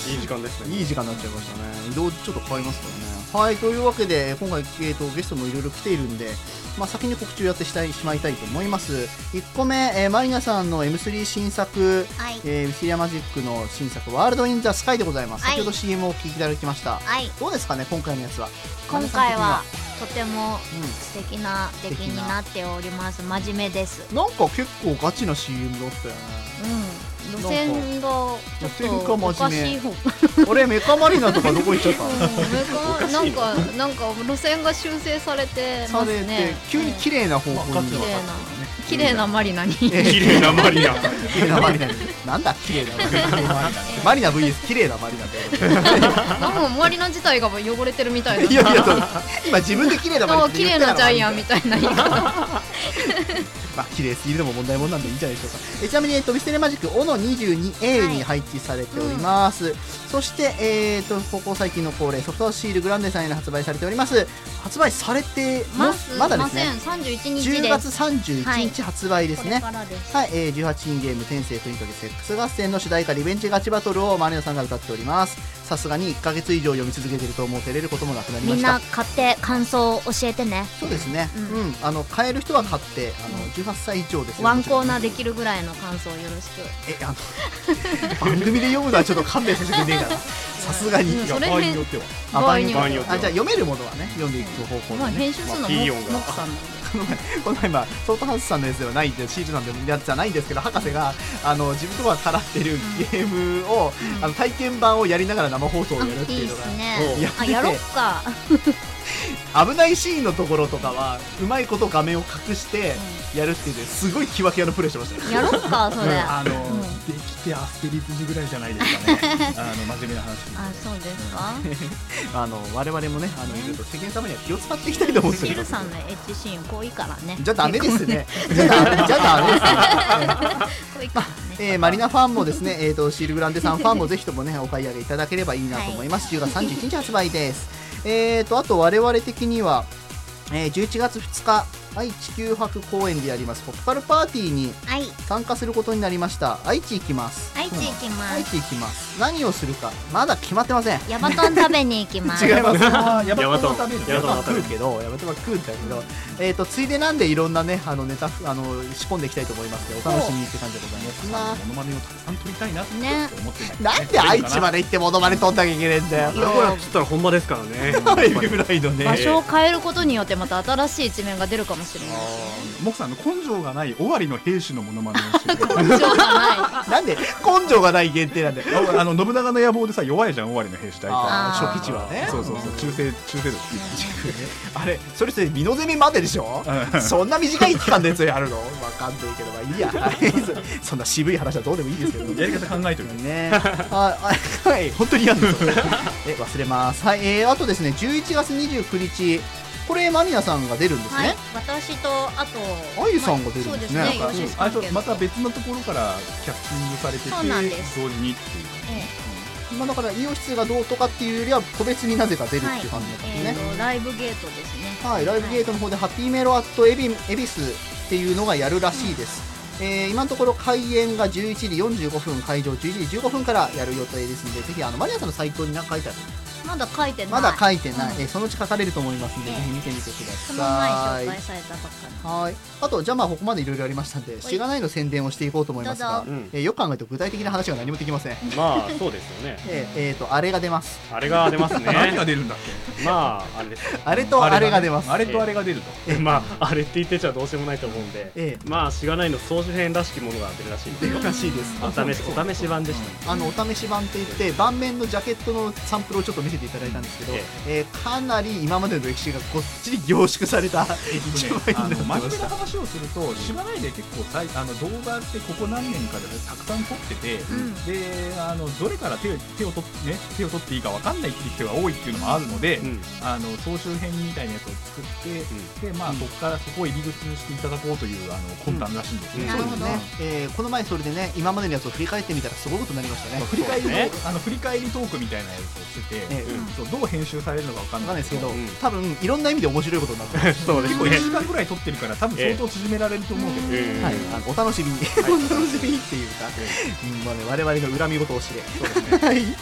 [SPEAKER 1] ど、
[SPEAKER 4] いい時間ですね
[SPEAKER 1] いい時間になっちゃいましたね移動ちょっと変わりますからねはいというわけで今回、えー、とゲストもいろいろ来ているんで、まあ、先に告知をやってしたいしまいたいと思います1個目、えーマリナさんの M3 新作
[SPEAKER 5] はい
[SPEAKER 1] えー、ウィシリアマジックの新作「ワールド・イン・ザ・スカイ」でございます、
[SPEAKER 5] はい
[SPEAKER 1] 先ほど CM をお聞きいただきました
[SPEAKER 5] はい
[SPEAKER 1] どうですかね今回のやつは
[SPEAKER 2] 今回は
[SPEAKER 1] マ
[SPEAKER 2] とても
[SPEAKER 1] リナさん
[SPEAKER 2] 素敵な出来になっております真面目です
[SPEAKER 1] 的にはうん、なんか結構ガチな CM だったよね
[SPEAKER 2] うん路線がちょっとおかしい方
[SPEAKER 1] あれメカマリナとかどこ行っちゃったの
[SPEAKER 2] うんなんかなんか路線が修正されて
[SPEAKER 1] さ
[SPEAKER 2] ま
[SPEAKER 1] れ
[SPEAKER 2] す
[SPEAKER 1] て
[SPEAKER 2] ね
[SPEAKER 1] 急に綺麗な方向に
[SPEAKER 2] 綺
[SPEAKER 1] 綺
[SPEAKER 2] 麗な綺麗なマリナに
[SPEAKER 4] 綺麗なマ リナ
[SPEAKER 1] 麗なマリナなんだ綺麗なマリナマリナ VS 綺麗なマリナって
[SPEAKER 2] あもうマリナ自体が汚れてるみたいない
[SPEAKER 1] やいやそう今自分で綺麗なマリナ
[SPEAKER 2] な
[SPEAKER 1] っ
[SPEAKER 2] ん
[SPEAKER 1] て
[SPEAKER 2] か
[SPEAKER 1] 言
[SPEAKER 2] 綺
[SPEAKER 1] っ
[SPEAKER 2] 麗
[SPEAKER 1] たら
[SPEAKER 2] なジャイアンみたいな言い方
[SPEAKER 1] まあ綺麗すぎるのも問題もんなんでいいんじゃないでしょうかえちなみに、えっと、ミステリーマジック ONO22A に配置されております、そして、えー、とここ最近の恒例ソフトシールグランデさんへの発売されております発売されてま
[SPEAKER 2] ます
[SPEAKER 1] まだで
[SPEAKER 2] ますせん
[SPEAKER 1] ね
[SPEAKER 2] 31日
[SPEAKER 1] 10
[SPEAKER 2] で
[SPEAKER 1] 月
[SPEAKER 2] す
[SPEAKER 1] 31日発売です
[SPEAKER 2] これ
[SPEAKER 1] ね、
[SPEAKER 2] からです
[SPEAKER 1] はい、えー、18人ゲーム天性プリントリセックス合戦の主題歌リベンジガチバトルをマリオさんが歌っておりますさすがに1ヶ月以上読み続けてると思う照れることもなくなりま
[SPEAKER 5] み
[SPEAKER 1] し
[SPEAKER 5] ん
[SPEAKER 1] た
[SPEAKER 5] な買って感想を教えてね
[SPEAKER 1] そうですね、う
[SPEAKER 2] うん
[SPEAKER 1] んあの買える人は買ってあの18歳以上ですね
[SPEAKER 2] ワンコーナーできるぐらいの感想をよろしく
[SPEAKER 1] えあの番組で読むのはちょっと勘弁させてくれねえかなさすがに、
[SPEAKER 2] うんそれ
[SPEAKER 4] 場合
[SPEAKER 2] へ
[SPEAKER 4] によ
[SPEAKER 2] ん
[SPEAKER 4] っては
[SPEAKER 1] あ
[SPEAKER 2] 場合によ
[SPEAKER 4] 場合によ
[SPEAKER 2] っ
[SPEAKER 4] って
[SPEAKER 1] あじゃあ読めるものはね読んでいく方
[SPEAKER 2] て
[SPEAKER 1] 向
[SPEAKER 2] まあ
[SPEAKER 1] でね
[SPEAKER 2] 編集するの
[SPEAKER 4] まあ
[SPEAKER 2] も
[SPEAKER 4] いい音が
[SPEAKER 2] もくさんなんで
[SPEAKER 1] この前今ソートハウスさんのやつではないんでシールさんでもやつじゃないんですけど博士があの自分とは絡ってるゲームを、
[SPEAKER 2] うん
[SPEAKER 1] あの体験版をやりながら生放送をや
[SPEAKER 2] あ
[SPEAKER 1] るって
[SPEAKER 2] い
[SPEAKER 1] い
[SPEAKER 2] いっ
[SPEAKER 1] うの
[SPEAKER 2] す
[SPEAKER 1] が
[SPEAKER 2] ね
[SPEAKER 1] やって
[SPEAKER 2] あ
[SPEAKER 1] て
[SPEAKER 2] やろっか
[SPEAKER 1] 危ないシーンのところとかはうまいこと画面を隠してやるっていうですごいキワキワのプレーしてましたね
[SPEAKER 2] やろっかそれあ
[SPEAKER 10] あの、できてアステリズムぐらいじゃないです かね。あの真面目な話。
[SPEAKER 2] そうです か
[SPEAKER 1] あの我々もねあのちょっと世間様には気を使っていきたいと思って
[SPEAKER 2] シ
[SPEAKER 1] る
[SPEAKER 2] ルさんのエッチシーン濃いからね
[SPEAKER 1] じゃダメです ね。じゃダメじゃダメですね。
[SPEAKER 2] 濃いからね
[SPEAKER 1] えーマリナファンもですね、 えー、とシールグランデさんファンもぜひともねお買い上げいただければいいなと思います、10月31日発売ですえーとあと我々的には、えー11月2日愛知九博公園でやりますポップカルパーティーに
[SPEAKER 5] はい
[SPEAKER 1] 参加することになりました愛知行きます
[SPEAKER 5] 愛知行きま
[SPEAKER 1] 愛
[SPEAKER 5] す
[SPEAKER 1] 知行きます何をするかまだ決まってません
[SPEAKER 5] ヤバトン食べに行きます
[SPEAKER 1] 違います
[SPEAKER 10] ああ、やば
[SPEAKER 4] トン
[SPEAKER 10] と食べる。
[SPEAKER 4] ヤ
[SPEAKER 1] や
[SPEAKER 4] バ
[SPEAKER 1] め
[SPEAKER 4] ト
[SPEAKER 1] と
[SPEAKER 4] ン
[SPEAKER 1] は食うけど、やめとは食うんだけど、えっ、と、ついでなんでいろんなね、あの、ネタ、あの、仕込んでいきたいと思いますので、お楽しみにって感じでございますな。
[SPEAKER 10] モノマネをたくさん撮りたいなって
[SPEAKER 5] ね
[SPEAKER 10] 思ってる
[SPEAKER 1] なんで愛知まで行ってモノマネ撮んなきゃいけねえんだよ。
[SPEAKER 4] 名古屋っつったらほんまですからね
[SPEAKER 1] ぐらいのね
[SPEAKER 2] 場所を変えることによってまた新しい一面が出るかもしれない
[SPEAKER 3] モクさんの根性がない尾張の兵士のモノマネをして る
[SPEAKER 2] しょうがない
[SPEAKER 1] なんで根性がない限定なんだよ。
[SPEAKER 3] あの信長の野望でさ弱いじゃん尾張の兵士大体
[SPEAKER 1] あー
[SPEAKER 2] あー
[SPEAKER 1] 初期値はね。
[SPEAKER 3] そうそうそう中世中世度低い
[SPEAKER 1] あれ、それそれ、身の攻めまででしょそんな短い期間でそれやるのわかんないけど、まあいいや。 はいそんな渋い話はどうでもいいですけど。
[SPEAKER 3] やり方考えてる
[SPEAKER 1] ね、はい、はい、本当にやるんですよえ、忘れます。はい、えー、あとですね、11月29日、これ、マミナさんが出るんですね。
[SPEAKER 2] はい私とあと
[SPEAKER 1] あゆさんが出る
[SPEAKER 2] そ
[SPEAKER 1] ん
[SPEAKER 2] う
[SPEAKER 1] で
[SPEAKER 2] ですす
[SPEAKER 1] ね
[SPEAKER 2] ねよし
[SPEAKER 3] あ
[SPEAKER 2] さん
[SPEAKER 3] と
[SPEAKER 2] けど
[SPEAKER 3] また別のところからキャスティングされてて
[SPEAKER 2] そうなんです
[SPEAKER 3] 同時にっていう
[SPEAKER 2] え
[SPEAKER 1] まあ、だから、イオシスがどうとかっていうよりは、個別になぜか出るっていう感じなんです
[SPEAKER 2] え
[SPEAKER 1] ね。
[SPEAKER 2] ーとライブゲートですね
[SPEAKER 1] はい、ライブゲートの方で、ハッピーメロアットエビエビスっていうのがやるらしいです。えー今のところ開演が11時45分、会場11時15分からやる予定ですので、ぜひあのマリアさんのサイトに何か書いてある
[SPEAKER 2] まだ書いてない
[SPEAKER 1] まだ書いてない、
[SPEAKER 2] うん
[SPEAKER 1] えーそのうち書かれると思いますので、
[SPEAKER 2] ええ
[SPEAKER 1] ぜひ見てみてくだ
[SPEAKER 2] その前
[SPEAKER 1] さい
[SPEAKER 2] 紹。介されたばっか
[SPEAKER 1] はい。あと、じゃあまあ、ここまでいろいろありましたんで、しがないの宣伝をしていこうと思いますが
[SPEAKER 4] どうぞ、
[SPEAKER 1] えーよく考えると具体的な話は何もできません。
[SPEAKER 4] まあそうですよね
[SPEAKER 1] えーえーと、あれが出ます。
[SPEAKER 4] あれが出ますね
[SPEAKER 3] 何が出るんだっ
[SPEAKER 4] まああれです
[SPEAKER 1] あれとあれが出ます。
[SPEAKER 3] けあれとあれが出ると
[SPEAKER 1] ええ
[SPEAKER 4] まああれって言ってちゃどうしようもないと思うんで、
[SPEAKER 1] え
[SPEAKER 4] まあしがないの総集編らしきものが出るらしいんですよ
[SPEAKER 1] おかしいです。
[SPEAKER 4] お試しお試し版でした、
[SPEAKER 1] あの、お試し版って言って、盤面のジャケットのサンプルをちょっと見せせていただいたんですけど、えーかなり今までの歴史がごっちり凝縮された一枚
[SPEAKER 3] あ
[SPEAKER 1] になって
[SPEAKER 3] の
[SPEAKER 1] ま
[SPEAKER 3] 真面目
[SPEAKER 1] し
[SPEAKER 3] な
[SPEAKER 1] た。
[SPEAKER 3] 話をすると、しばらいで結構さいあの動画ってここ何年かでたくさん撮ってて、であのどれから手を手を取って、ね、手を取っていいかわかんないって人が多いっていうのもあるので、あの総集編みたいなやつを作って、でまあそこからそこを入り口にしていただこうというあの魂胆らしいんです
[SPEAKER 1] そうですね、えーこの前それでね今までのやつを振り返ってみたらすごいことになりましたね
[SPEAKER 3] 振り返りの、
[SPEAKER 1] ね
[SPEAKER 3] あの振り返りトークみたいなやつをしてて、
[SPEAKER 1] ええ
[SPEAKER 3] うんそうどう編集されるのかわかんない
[SPEAKER 1] ですけど、多分いろんな意味で面白いことになってます
[SPEAKER 3] そうですね結構一時間ぐらい撮ってるから多分相当縮められると思うけど、
[SPEAKER 1] ええはいあのお楽しみに、お楽しみにっていうか、うんまあね、我々の恨み事を知れ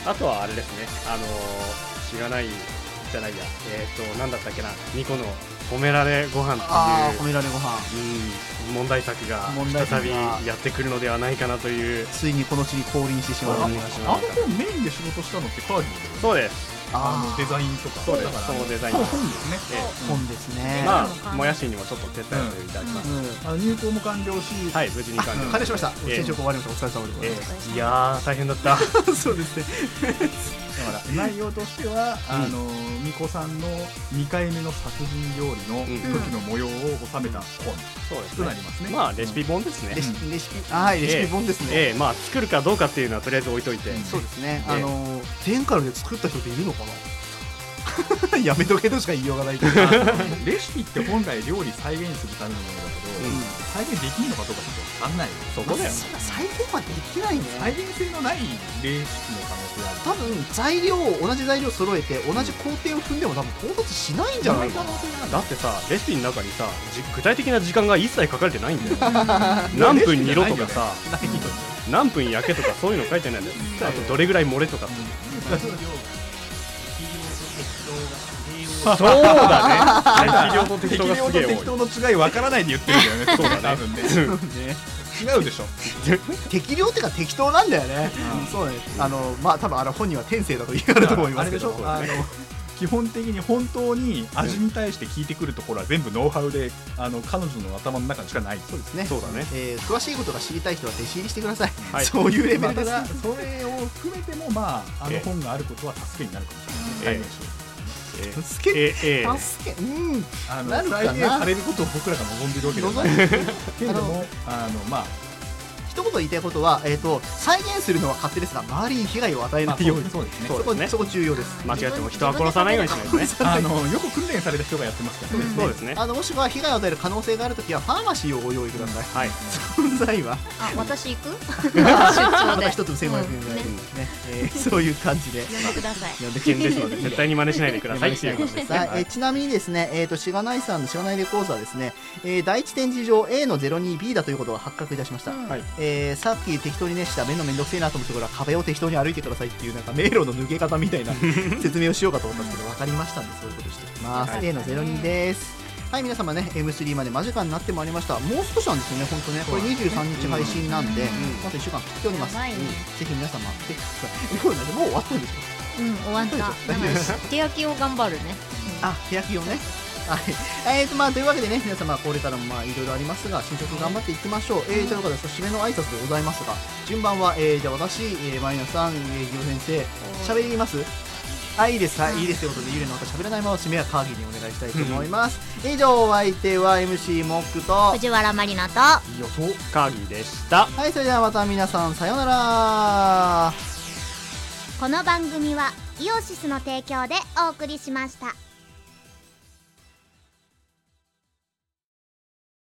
[SPEAKER 4] あとはあれですね、あのー、知らないじゃないや、えっ、と、なんだったっけな、ニコの褒められご飯
[SPEAKER 1] あ
[SPEAKER 4] っ
[SPEAKER 1] ー
[SPEAKER 4] て
[SPEAKER 1] 褒
[SPEAKER 4] いう、
[SPEAKER 1] められご飯
[SPEAKER 4] うん、問題作が
[SPEAKER 1] 問題
[SPEAKER 4] 再
[SPEAKER 1] 作
[SPEAKER 4] び
[SPEAKER 1] が
[SPEAKER 4] やってくるのではないかなという、
[SPEAKER 1] ついにこの地に降臨してしまう
[SPEAKER 4] あ
[SPEAKER 3] あの本メインで仕事したのってカーリーだよね
[SPEAKER 4] そうです。
[SPEAKER 3] あのデザインとか
[SPEAKER 4] そうです
[SPEAKER 3] だから
[SPEAKER 4] そうデザイン
[SPEAKER 3] 本ですね、
[SPEAKER 1] 本ですね
[SPEAKER 4] まあ、もやしにもちょっと手伝っていただきます。
[SPEAKER 3] あの入稿も完了し
[SPEAKER 4] はい、無事に完了。
[SPEAKER 1] 完了しました
[SPEAKER 4] ええ
[SPEAKER 1] 転職終わりましたお疲れ様でございました、
[SPEAKER 4] いやー、大変だった。
[SPEAKER 1] そうですね
[SPEAKER 3] だから内容としては、あの巫女さんの2回目の殺人料理の時の模様を収めた本
[SPEAKER 4] そうです
[SPEAKER 3] となりますね、
[SPEAKER 4] まあ、レシピ本ですね。
[SPEAKER 1] レシピレシピあはいレシピ本ですね、
[SPEAKER 4] ええええまあ、作るかどうかっていうのはとりあえず置いといて。
[SPEAKER 1] そうですね、
[SPEAKER 4] ええ
[SPEAKER 1] あの前回ので作った人っているのかな やめとけとしか言いようがない けど
[SPEAKER 3] レシピって本来料理再現するためのものだけど、
[SPEAKER 4] うん
[SPEAKER 3] 再現できるのかどうかちょっと分かんないそ
[SPEAKER 4] こだよ
[SPEAKER 1] そんな再現はできないね
[SPEAKER 3] 再現性のないレシピの可能性ある
[SPEAKER 1] 多分材料を同じ材料揃えて同じ工程を踏んでも多分到達しないんじゃないかな
[SPEAKER 4] だってさレシピの中にさじ具体的な時間が一切書かれて ないんだよ何分煮ろとかさ何分焼けとかそういうの書いてないんだよあとどれぐらい漏れとか そうだね適量と適当がすげえ
[SPEAKER 3] 適
[SPEAKER 4] 多
[SPEAKER 3] 当の違い分からないで言ってるんだよねそうだね多分ね違うでしょ
[SPEAKER 1] 適量ってか適当なんだよね、そうねあのまあ多分あの本人は天性だと言われると思いますけど
[SPEAKER 3] あれでしょあの基本的に本当に味に対して効いてくるところは全部ノウハウであの彼女の頭の中にしかない
[SPEAKER 1] そうですね
[SPEAKER 4] いそうだね
[SPEAKER 1] えー詳しいことが知りたい人は弟子入りしてください、
[SPEAKER 4] はい
[SPEAKER 1] そういうレベ
[SPEAKER 3] まあ
[SPEAKER 1] ル
[SPEAKER 3] た
[SPEAKER 1] です、
[SPEAKER 3] だそれを含めてもまああの本があることは助けになるかもしれない、
[SPEAKER 4] ええー
[SPEAKER 1] 助け、
[SPEAKER 4] ええー
[SPEAKER 1] 助けうん
[SPEAKER 3] あの
[SPEAKER 1] なるかな
[SPEAKER 3] 再現されることを僕らが望んでいるわけではないけれどもあのまあ
[SPEAKER 1] 一言言いたいことは、えー、と再現するのは勝手ですが周りに被害を与えない
[SPEAKER 3] そうですね
[SPEAKER 1] そこそこ重要です
[SPEAKER 4] 間違っても人は殺さないようにしないと ね
[SPEAKER 3] あのよく訓練された人がやってますからね
[SPEAKER 4] そうですね
[SPEAKER 1] あのもしくは被害を与える可能性があるときはファーマシーをご用意ください、
[SPEAKER 4] はい
[SPEAKER 1] 存在は
[SPEAKER 2] あ私行 く
[SPEAKER 1] ま
[SPEAKER 2] 出張
[SPEAKER 1] た
[SPEAKER 2] で
[SPEAKER 1] 一つ1500円ぐらい
[SPEAKER 2] うん
[SPEAKER 1] ですね、えーそういう感じで
[SPEAKER 2] 呼んでください
[SPEAKER 1] 呼んで
[SPEAKER 4] 危険ですので 絶対に真似しないでくださいっていうことですね
[SPEAKER 1] はいえーちなみにですね、えー、としがないさんのしがないレコーズはですね、えー第一展示場 A の 02B だということが発覚いたしました、
[SPEAKER 4] はい
[SPEAKER 1] えーさっき適当にねした目のめんどくせえなと思ったところは壁を適当に歩いてくださいっていうなんか迷路の抜け方みたいな説明をしようかと思ったんですけど分かりましたんでそういうことしておきます、A の02ですはい皆様ね M3 まで間近になってまいりましたもう少しなんですよね本当ねこれ23日配信なんで、あと1週間切っております、
[SPEAKER 2] やばいね
[SPEAKER 1] ぜひ皆様来てくださ いこれねもう終わったんでしょ
[SPEAKER 2] うん終わったなので手焼きを頑張るね
[SPEAKER 1] あ、手焼きをね。はい、えーとまあ、というわけでね、皆様、これからもまあいろいろありますが、進捗頑張っていきましょう。えー、ということで、締めの挨拶でございますが、順番は、えー、じゃあ私、えー、マリナさん、えー、ギオ先生、喋りますあ、いいです、はい、いいですということで、ゆりの方喋らないまま締めはカーギーにお願いしたいと思います。以上、お相手は MC モックと、は
[SPEAKER 5] 藤原まりなと
[SPEAKER 4] 予想会議でした
[SPEAKER 1] い、それではまた皆さん、さようなら。
[SPEAKER 5] この番組はイオシスの提供でお送りしました